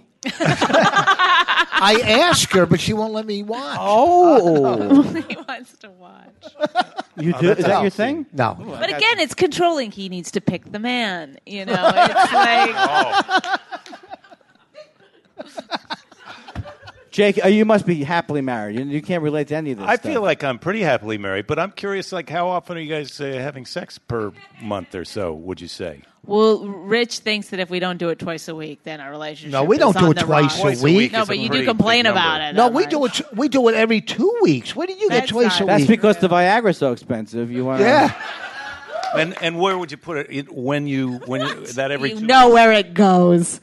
I asked her, but she won't let me watch.
Oh,
he wants to watch.
you do? Is that your thing?
No.
But again, it's controlling. He needs to pick the man. You know, it's like
Jake, uh, you must be happily married. You, you can't relate to any of this.
I
stuff.
feel like I'm pretty happily married, but I'm curious. Like, how often are you guys uh, having sex per month or so? Would you say?
well, Rich thinks that if we don't do it twice a week, then our relationship.
No, we
is
don't do
on
it
the
twice
rocks.
a Twice a week. week
No,
is a
but you
pretty
do
big
complain
number.
about it.
No,
that
we
much.
do it. We do it every two weeks. Where did you get
That's
twice
not-
a
that's
week?
because the Viagra's so expensive. You want
yeah.
And and where would you put it It- when you when you, that every
You
two-
know where it goes.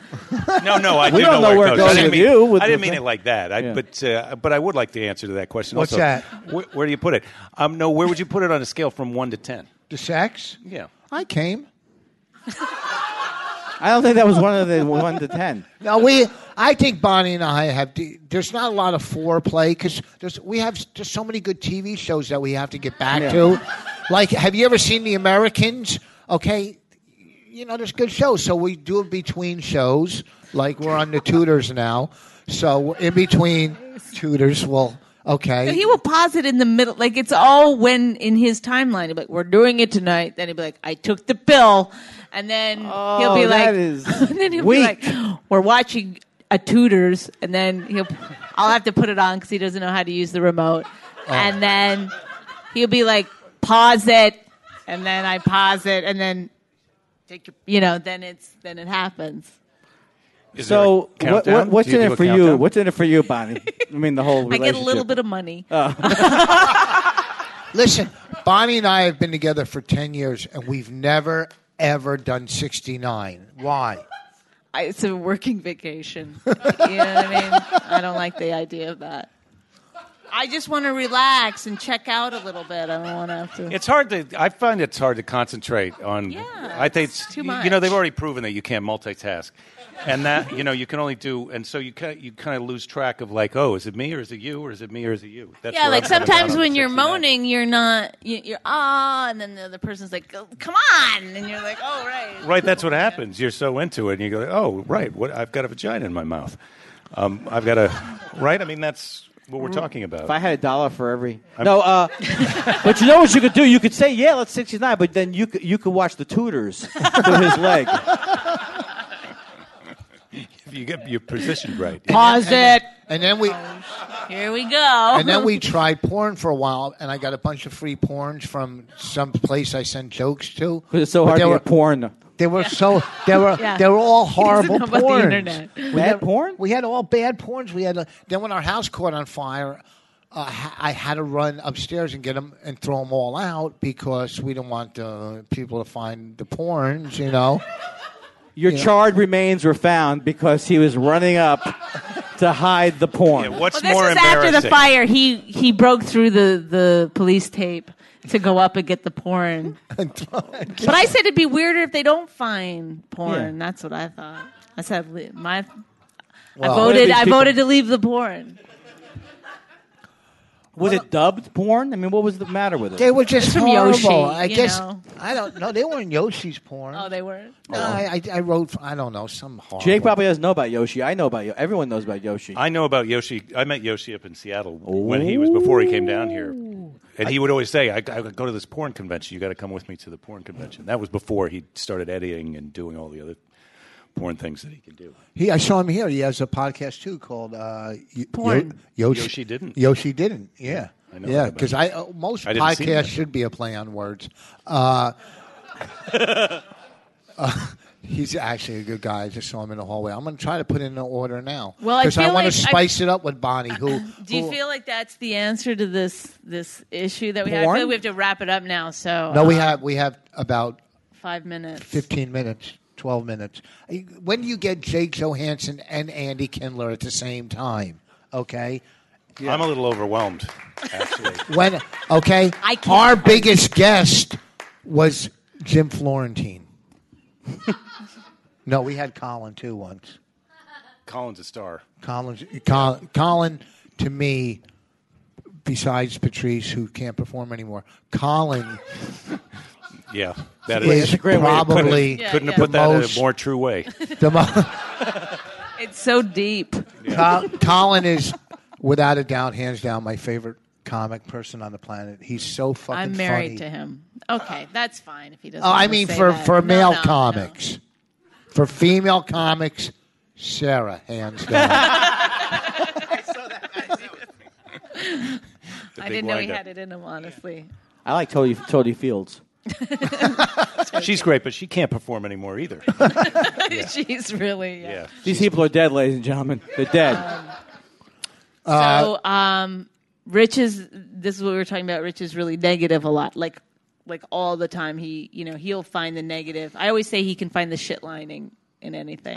no no I
We
do
don't know where it
I
goes
didn't
with
mean,
you, with-
I didn't
with
mean
that.
it like that I,
Yeah.
but uh, but I would like the answer to that question
What's
also.
that?
Where, where do you put it um no where would you put it on a scale from one to ten
The sex.
yeah
I came.
I don't think that was one of the one to ten.
Now we. I think Bonnie and I have. de- There's not a lot of foreplay because there's we have s- just so many good TV shows that we have to get back
Yeah.
to. Like, have you ever seen The Americans? Okay, you know, there's good shows. So we do it between shows. Like we're on the Tudors now, so we're in between Tudors. Well, okay.
He will pause it in the middle, like it's all when in his timeline. He'll be like, "We're doing it tonight." Then he'll be like, "I took the pill," and then he'll be
Oh,
like,
that is
and then he'll
weak.
be like, "We're watching a Tudors," and then he'll, I'll have to put it on because he
Oh.
doesn't know how to use the remote, and then he'll be like, "Pause it, and then I pause it, and then take your, you know, then it's then it happens.
Is there a
So what, what,
countdown?
what's
Do you
in
do
it
a
for you?
countdown?
What's in it for you, Bonnie? I mean, the whole.
I get a little
relationship.
bit of money.
Listen, Bonnie and I have been together for 10 years and we've never, ever done 69. Why?
I, it's a working vacation. you know what I mean? I don't like the idea of that. I just want to relax and check out a little bit. I don't want to have to.
It's hard to. I find it's hard to concentrate on.
Yeah,
I think
it's
it's,
too
You know,
much.
they've already proven that you can't multitask, and that you know you can only do. And so you kind you kind of lose track of like, oh, is it me or is it you or is it me or is it you? That's
Yeah,
where
like
I'm kind of
sometimes
down on
when
the
you're
69.
moaning, you're not, you, you're ah, and then the other person's like, "Oh, come on, and you're like, oh right.
Right, that's what happens. You're so into it, and you go, oh, right. What I've got a vagina in my mouth. Um, I've got a right. I mean, that's what
Mm.
we're talking
If I
about.
had a dollar for every no, uh, but you know what you could do? You could say, "Yeah, let's 69," but then you could, you could watch the Tudors through his leg.
If you get your position right.
Pause it.
And then we
Here we go.
and then we tried porn for a while and I got a bunch of free porns from some place I sent jokes to.
But it's so
But
hard
they
to
were,
get porn.
They were so they were
Yeah.
they were all
know
horrible
about the
porns.
internet.
We
Bad
had,
porn?
We had all bad porns. We had a, then when our house caught on fire, uh, ha- I had to run upstairs and get them and throw them all out because we didn't want the people to find the porns. You know,
Your charred remains were found because he was running up to hide the porn.
Yeah,
Well,
what's
this
more
is after the
embarrassing?
fire. He he broke through the the police tape to go up and get the porn. but I said it'd be weirder if they don't find porn. That's what I thought. I said li- my. I voted.
Maybe
I
people-
voted to leave the porn.
Was it dubbed porn? I mean, what was the matter with
they
it?
were just
from
horrible.
Yoshi,
I
you
guess
know.
I don't know. They weren't Yoshi's porn.
Oh, they were.
No, I, I, I wrote. I don't know some horrible.
Jake probably doesn't know about Yoshi. I know about Yoshi. Everyone knows about Yoshi.
I know about Yoshi. I met Yoshi up in Seattle when he was before he came down here, and he would always say, "I, I go to this porn convention. You got to come with me to the porn convention." That was before he started editing and doing all the other porn things that he could do.
He, I saw him here. He has a podcast too called uh, Yo-
Porn.
Yo- Yoshi.
Yoshi Didn't.
Yoshi didn't. Yeah.
I know
yeah,
about
because
it.
I uh, most
I didn't see
podcasts
that.
should be a play on words. Uh, uh, he's actually a good guy. I just saw him in the hallway. I'm going to try to put in an order now
Well, I
because I,
feel
want
like
to
I-
spice it up with Bonnie. Who
Do you
who-
feel like that's the answer to this this issue that we have? I
Porn?
feel like we have to wrap it up now. So
No, we
uh,
have we have about
five minutes.
15 minutes, 12 minutes. When do you get Jake Johansson and Andy Kindler at the same time? Okay.
I'm a little overwhelmed. Actually,
when okay
I can't-
our biggest guest was jim florentine no we had colin too once
Colin's a star.
colin's, colin, colin to me besides patrice who can't perform anymore colin
Yeah, that
is
is.
great way to put it.
probably
Yeah,
Couldn't
yeah.
have put that
Most-
in a more true way.
the mo-
It's so deep.
Col- Colin is, without a doubt, hands down, my favorite comic person on the planet. He's so fucking
I'm
funny.
married to him. Okay, that's fine if he doesn't.
Oh, I
wanna
mean
say
for,
that.
for
No,
male
no, no.
comics. For female comics, Sarah, hands down.
I didn't know he had it in him, honestly.
I like Tony, Tony Fields.
She's great, but she can't perform anymore either.
She's really yeah.
Yeah,
These people are dead, ladies and gentlemen. They're dead.
so, um, Rich is this is what we were talking about. Rich is really negative a lot, like like all the time. He you know he'll find the negative. I always say he can find the shit lining in anything,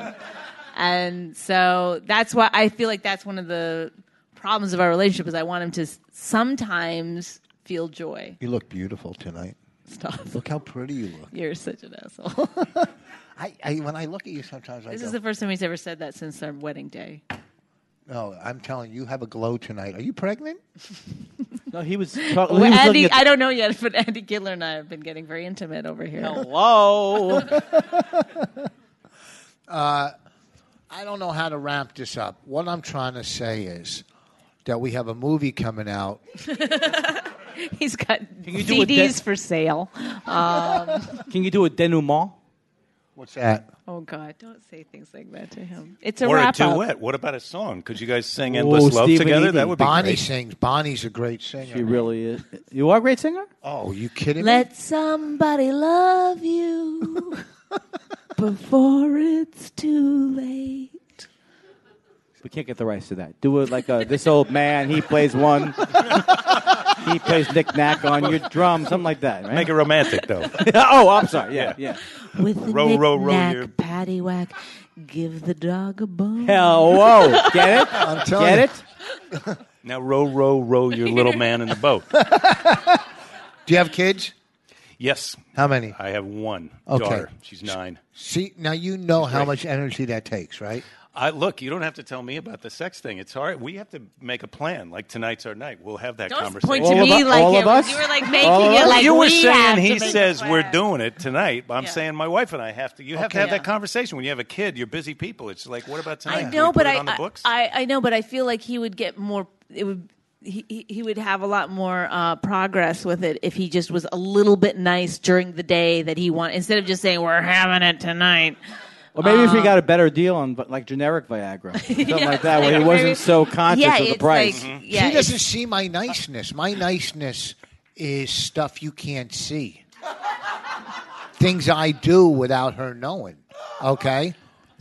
and so that's why I feel like that's one of the problems of our relationship is I want him to s- sometimes feel joy.
you look beautiful tonight.
Stop.
Look how pretty you look.
You're such an asshole.
I, I when I look at you sometimes I
This
go,
is the first time he's ever said that since our wedding day.
No, I'm telling you, you have a glow tonight. Are you pregnant?
No, he was. Talk- he
Well,
was
Andy,
looking
I
at
don't know yet, but Andy Gittler and I have been getting very intimate over here.
the- Hello.
I don't know how to wrap this up. What I'm trying to say is that we have a movie coming out.
He's got
you do a
CDs
de-
for sale.
Can you do a denouement?
What's that?
Oh God! Don't say things like that to him. It's a
or a
wrap up.
duet. What about a song? Could you guys sing "Endless Love"
Stephen
together?
Eby.
That would be
Bonnie
great.
sings. Bonnie's a great singer.
She really is. You are a great singer.
oh, you kidding me?
Let somebody love you before it's too late.
We can't get the rights to that. Do it like a, this old man. He plays one. he plays knick knack on your drum, something like that. Right?
Make it romantic, though.
oh, I'm sorry. Yeah, yeah.
With the
Row, row, row
knick-knack,
your-
paddywhack, give the dog a bone.
Hell, whoa! Get it?
I'm telling
Get
you.
it?
now row, row, row your little man in the boat.
Do you have kids?
Yes,
How many?
I have one
Okay.
daughter. She's nine.
See, now you know how much energy that takes, right?
I look. You don't have to tell me about the sex thing. It's hard. We have to make a plan. Like tonight's our night. We'll have that
Don't
conversation.
point
All
to
of
me
us-
like
all
it
of
was-
us?
You were like making
All of
it
us?
like
you were
we have
saying
to
he
make a
says we're
plan.
doing it tonight, but I'm saying my wife and I have to. You have to have
Okay.
that conversation when you have a kid. You're busy people. It's like, what about tonight?
I
Can
know,
we
but
put it
I,
on the books.
I I know, but I feel like he would get more. It would he he- he would have a lot more uh, progress with it if he just was a little bit nice during the day that he want instead of just saying we're having it tonight.
Or maybe
Uh,
if we got a better deal on vi- like generic Viagra, something like that, where
like
he
maybe-
wasn't so conscious
yeah,
of the
it's
price.
Mm-hmm.
Like, yeah,
he
it's-
doesn't see my niceness. My niceness is stuff you can't see. Things I do without her knowing. Okay?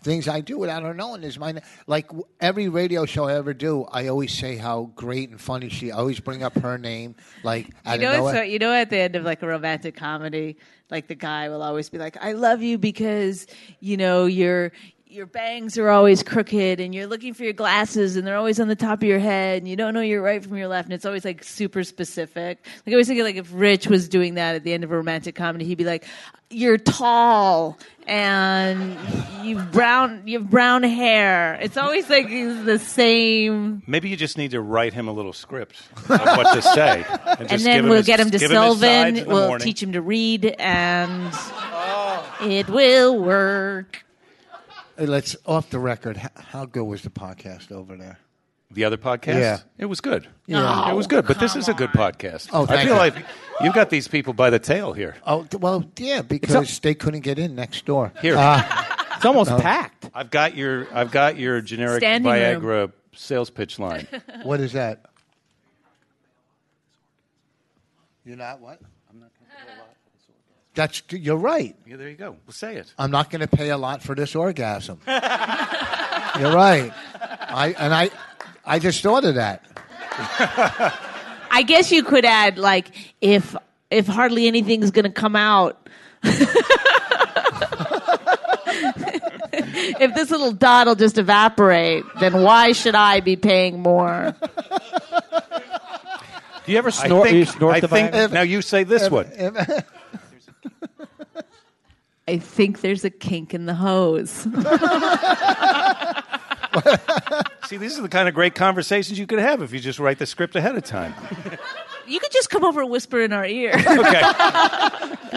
Things I do without her knowing is my like w- every radio show I ever do. I always say how great and funny she. I always bring up her name. Like I
You know,
don't know
it's so, you know, at the end of like a romantic comedy, like the guy will always be like, "I love you because you know your your bangs are always crooked, and you're looking for your glasses, and they're always on the top of your head, and you don't know your right from your left, and it's always like super specific." Like I was thinking, like if Rich was doing that at the end of a romantic comedy, he'd be like, "You're tall." And you've brown, you've brown hair. It's always like the same,
Maybe you just need to write him a little script of what to say, and,
and
just give
then
him
we'll
his-
get him to
give his sides
Sylvan.
in the
We'll
morning. Oh.
teach him to read, and it will work.
Hey, Let's off the record. How, how good was the podcast over there?
the other podcast.
Yeah.
it was good.
Yeah.
it was good. But this is a good podcast.
Oh,
I
thank
feel
you.
like you've got these people by the tail here.
Oh th- well, yeah, because they couldn't get in next door. Uh,
Here.
It's almost packed.
I've got your I've got your generic
Standing room.
Viagra sales pitch line.
What is that? You're not what? I'm not going to pay a lot for this orgasm. That's you're right.
yeah, there you go. Well, say it.
I'm not going to pay a lot for this orgasm. you're right. I and I I just thought of that.
I guess you could add like if if hardly anything's going to come out. if this little dot will just evaporate, then why should I be paying more?
Do you ever
Uh,
I
snort?
think,
you snort
I
the
think-
Viagra?
now you say this one.
I think there's a kink in the hose.
See, these are the kind of great conversations you could have if you just write the script ahead of time.
You could just come over and whisper in our ear.
Okay.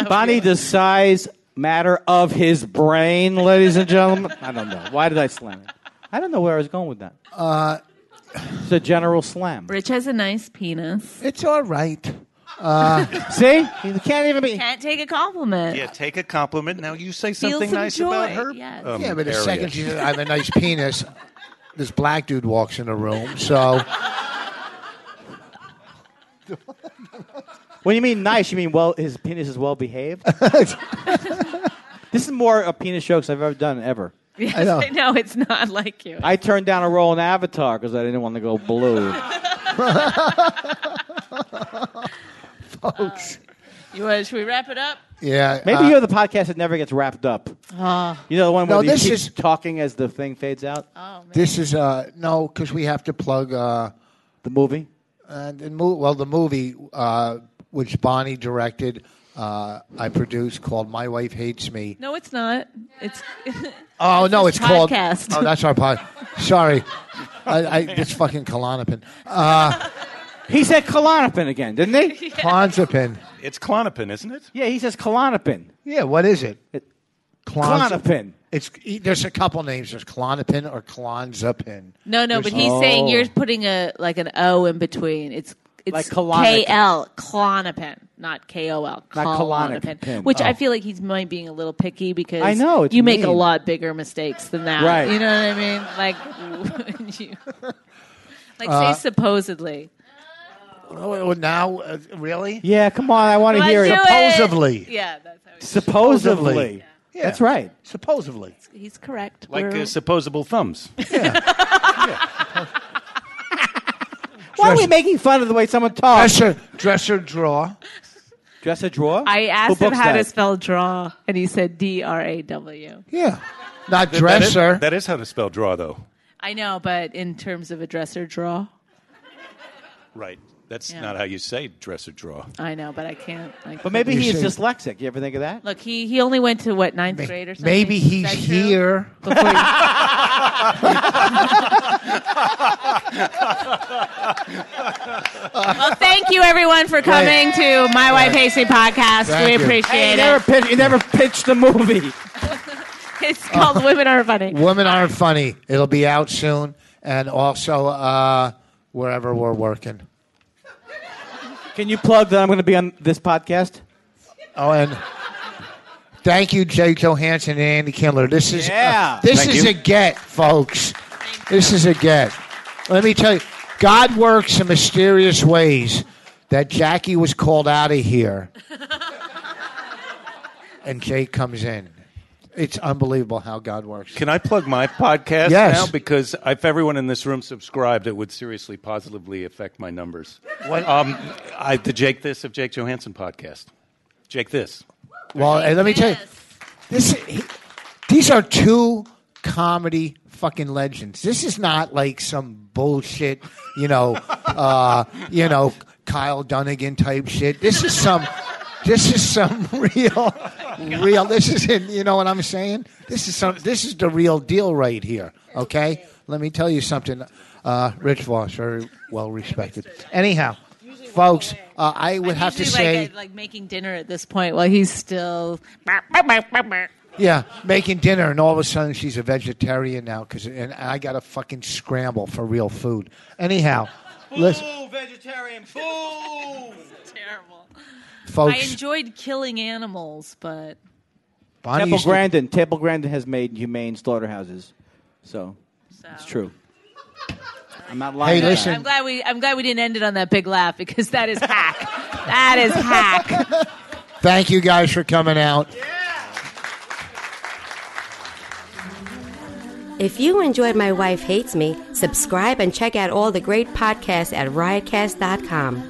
Bonnie, does size matter of his brain, ladies and gentlemen? I don't know. Why did I slam it? I don't know where I was going with that. Uh, it's a general slam.
Rich has a nice penis.
It's all right.
See, you can't even be.
Can't take a compliment.
yeah, take a compliment. Now you say
Feel
something
some
nice
joy,
about her.
yes.
um,
Yeah, but the
area.
second she says I have a nice penis, this black dude walks in the room. So
When you mean nice, you mean well. His penis is well behaved. this is more a penis jokes I've ever done ever.
Yes,
I know.
I know it's not like you.
I turned down a role in Avatar because I didn't want to go blue.
You want, should we wrap it up?
yeah,
Maybe
uh,
you're the podcast that never gets wrapped up.
Uh,
you know the one
No,
where you
this
keep
is-
talking as the thing fades out.
Oh.
this is uh no because we have to plug. uh
the movie.
And the mo- well, the movie uh, which Bonnie directed, uh, I produced, called "My Wife Hates Me."
No, it's not. It's
Oh no,
his
it's called.
podcast.
Oh, that's our podcast. Sorry, I, I, it's fucking Klonopin.
He said Klonopin again, didn't he?
Klonopin.
It's Clonopin, isn't it?
yeah, he says Klonopin.
Yeah, what is it? Klonz-
Klonopin.
It's e, there's a couple names. There's Klonopin or Klonzapin.
no, no. But he's
Oh.
saying you're putting a like an O in between. It's it's
Like colonic.
K L Clonopin, not KOL,
Not
colonic,
colonic pin.
which
Oh.
I feel like he's might being a little picky because
I know, it's
you make a
mean.
lot bigger mistakes than that.
Right.
You know what I mean? Like, you, like
Uh,
say supposedly.
Oh, now, uh, really?
Yeah, come on. I want to
Let's
hear
do
it.
it.
Supposedly.
Yeah, that's how he's,
Supposedly. That's right.
Supposedly.
he's correct.
Like
We're-
uh, supposable thumbs.
Why are we making fun of the way someone talks?
Dresser, dresser draw.
Dress a drawer?
I asked
Who
him
books
how to
that?
spell draw, and he said D R A W.
Yeah. Not
That is-
dresser.
that is how to spell draw, though.
I know, but in terms of a dresser draw,
Right. That's
Yeah.
not how you say dress or draw.
I know, but I can't. I
But maybe he is
should-
dyslexic. You ever think of that?
Look, he, he only went to what ninth grade or something.
Maybe
Is
he's
that true?
here.
Before he- well, thank you everyone for coming to My Wife Hates Me podcast.
Thank
we
you.
He
appreciate
never
it.
pitched, he never pitched the movie.
It's called Women Are Funny.
Women aren't funny. It'll be out soon, and also uh, wherever we're working.
Can you plug that I'm going to be on this podcast?
Oh, and thank you, Jay Johansson and Andy Kindler. This is
Yeah.
this
Thank
is
you.
a get, folks. This is a get. Let me tell you, God works in mysterious ways. That Jackie was called out of here, and Jay comes in. It's unbelievable how God works.
Can I plug my podcast
Yes.
now? Because if everyone in this room subscribed, it would seriously positively affect my numbers.
What-
Um, I, the Jake This of Jake Johansson podcast. Jake This.
Well, and let me tell you, this he- these are two comedy fucking legends. This is not like some bullshit, you know, uh, you know, Kyle Dunnigan type shit. This is some. This is some real, real. This is, in, you know what I'm saying. This is some. This is the real deal right here. Okay, let me tell you something. Uh, Rich Voss, very well respected. Anyhow, folks, uh, I would have to
Usually,
say,
like, I- like making dinner at this point while he's still.
Oh. Yeah, making dinner, and all of a sudden she's a vegetarian now because, and I got to fucking scramble for real food. Anyhow, listen,
vegetarian food.
Terrible. I
folks,
enjoyed killing animals, but
Bonnie
Temple
used to-
Grandin. Temple Grandin has made humane slaughterhouses. So, it's true. I'm not lying.
Hey,
about
listen.
I'm glad we I'm glad we didn't end it on that big laugh because that is hack. that is hack.
Thank you guys for coming out.
If you enjoyed My Wife Hates Me, subscribe and check out all the great podcasts at riotcast.com.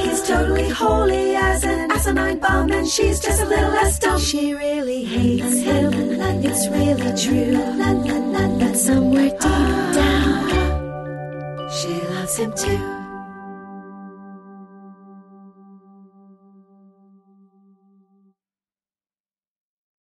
He's totally holy as an asinine bomb, and she's just a little less dumb. She really hates him, it's really true. But somewhere deep down, she loves him too.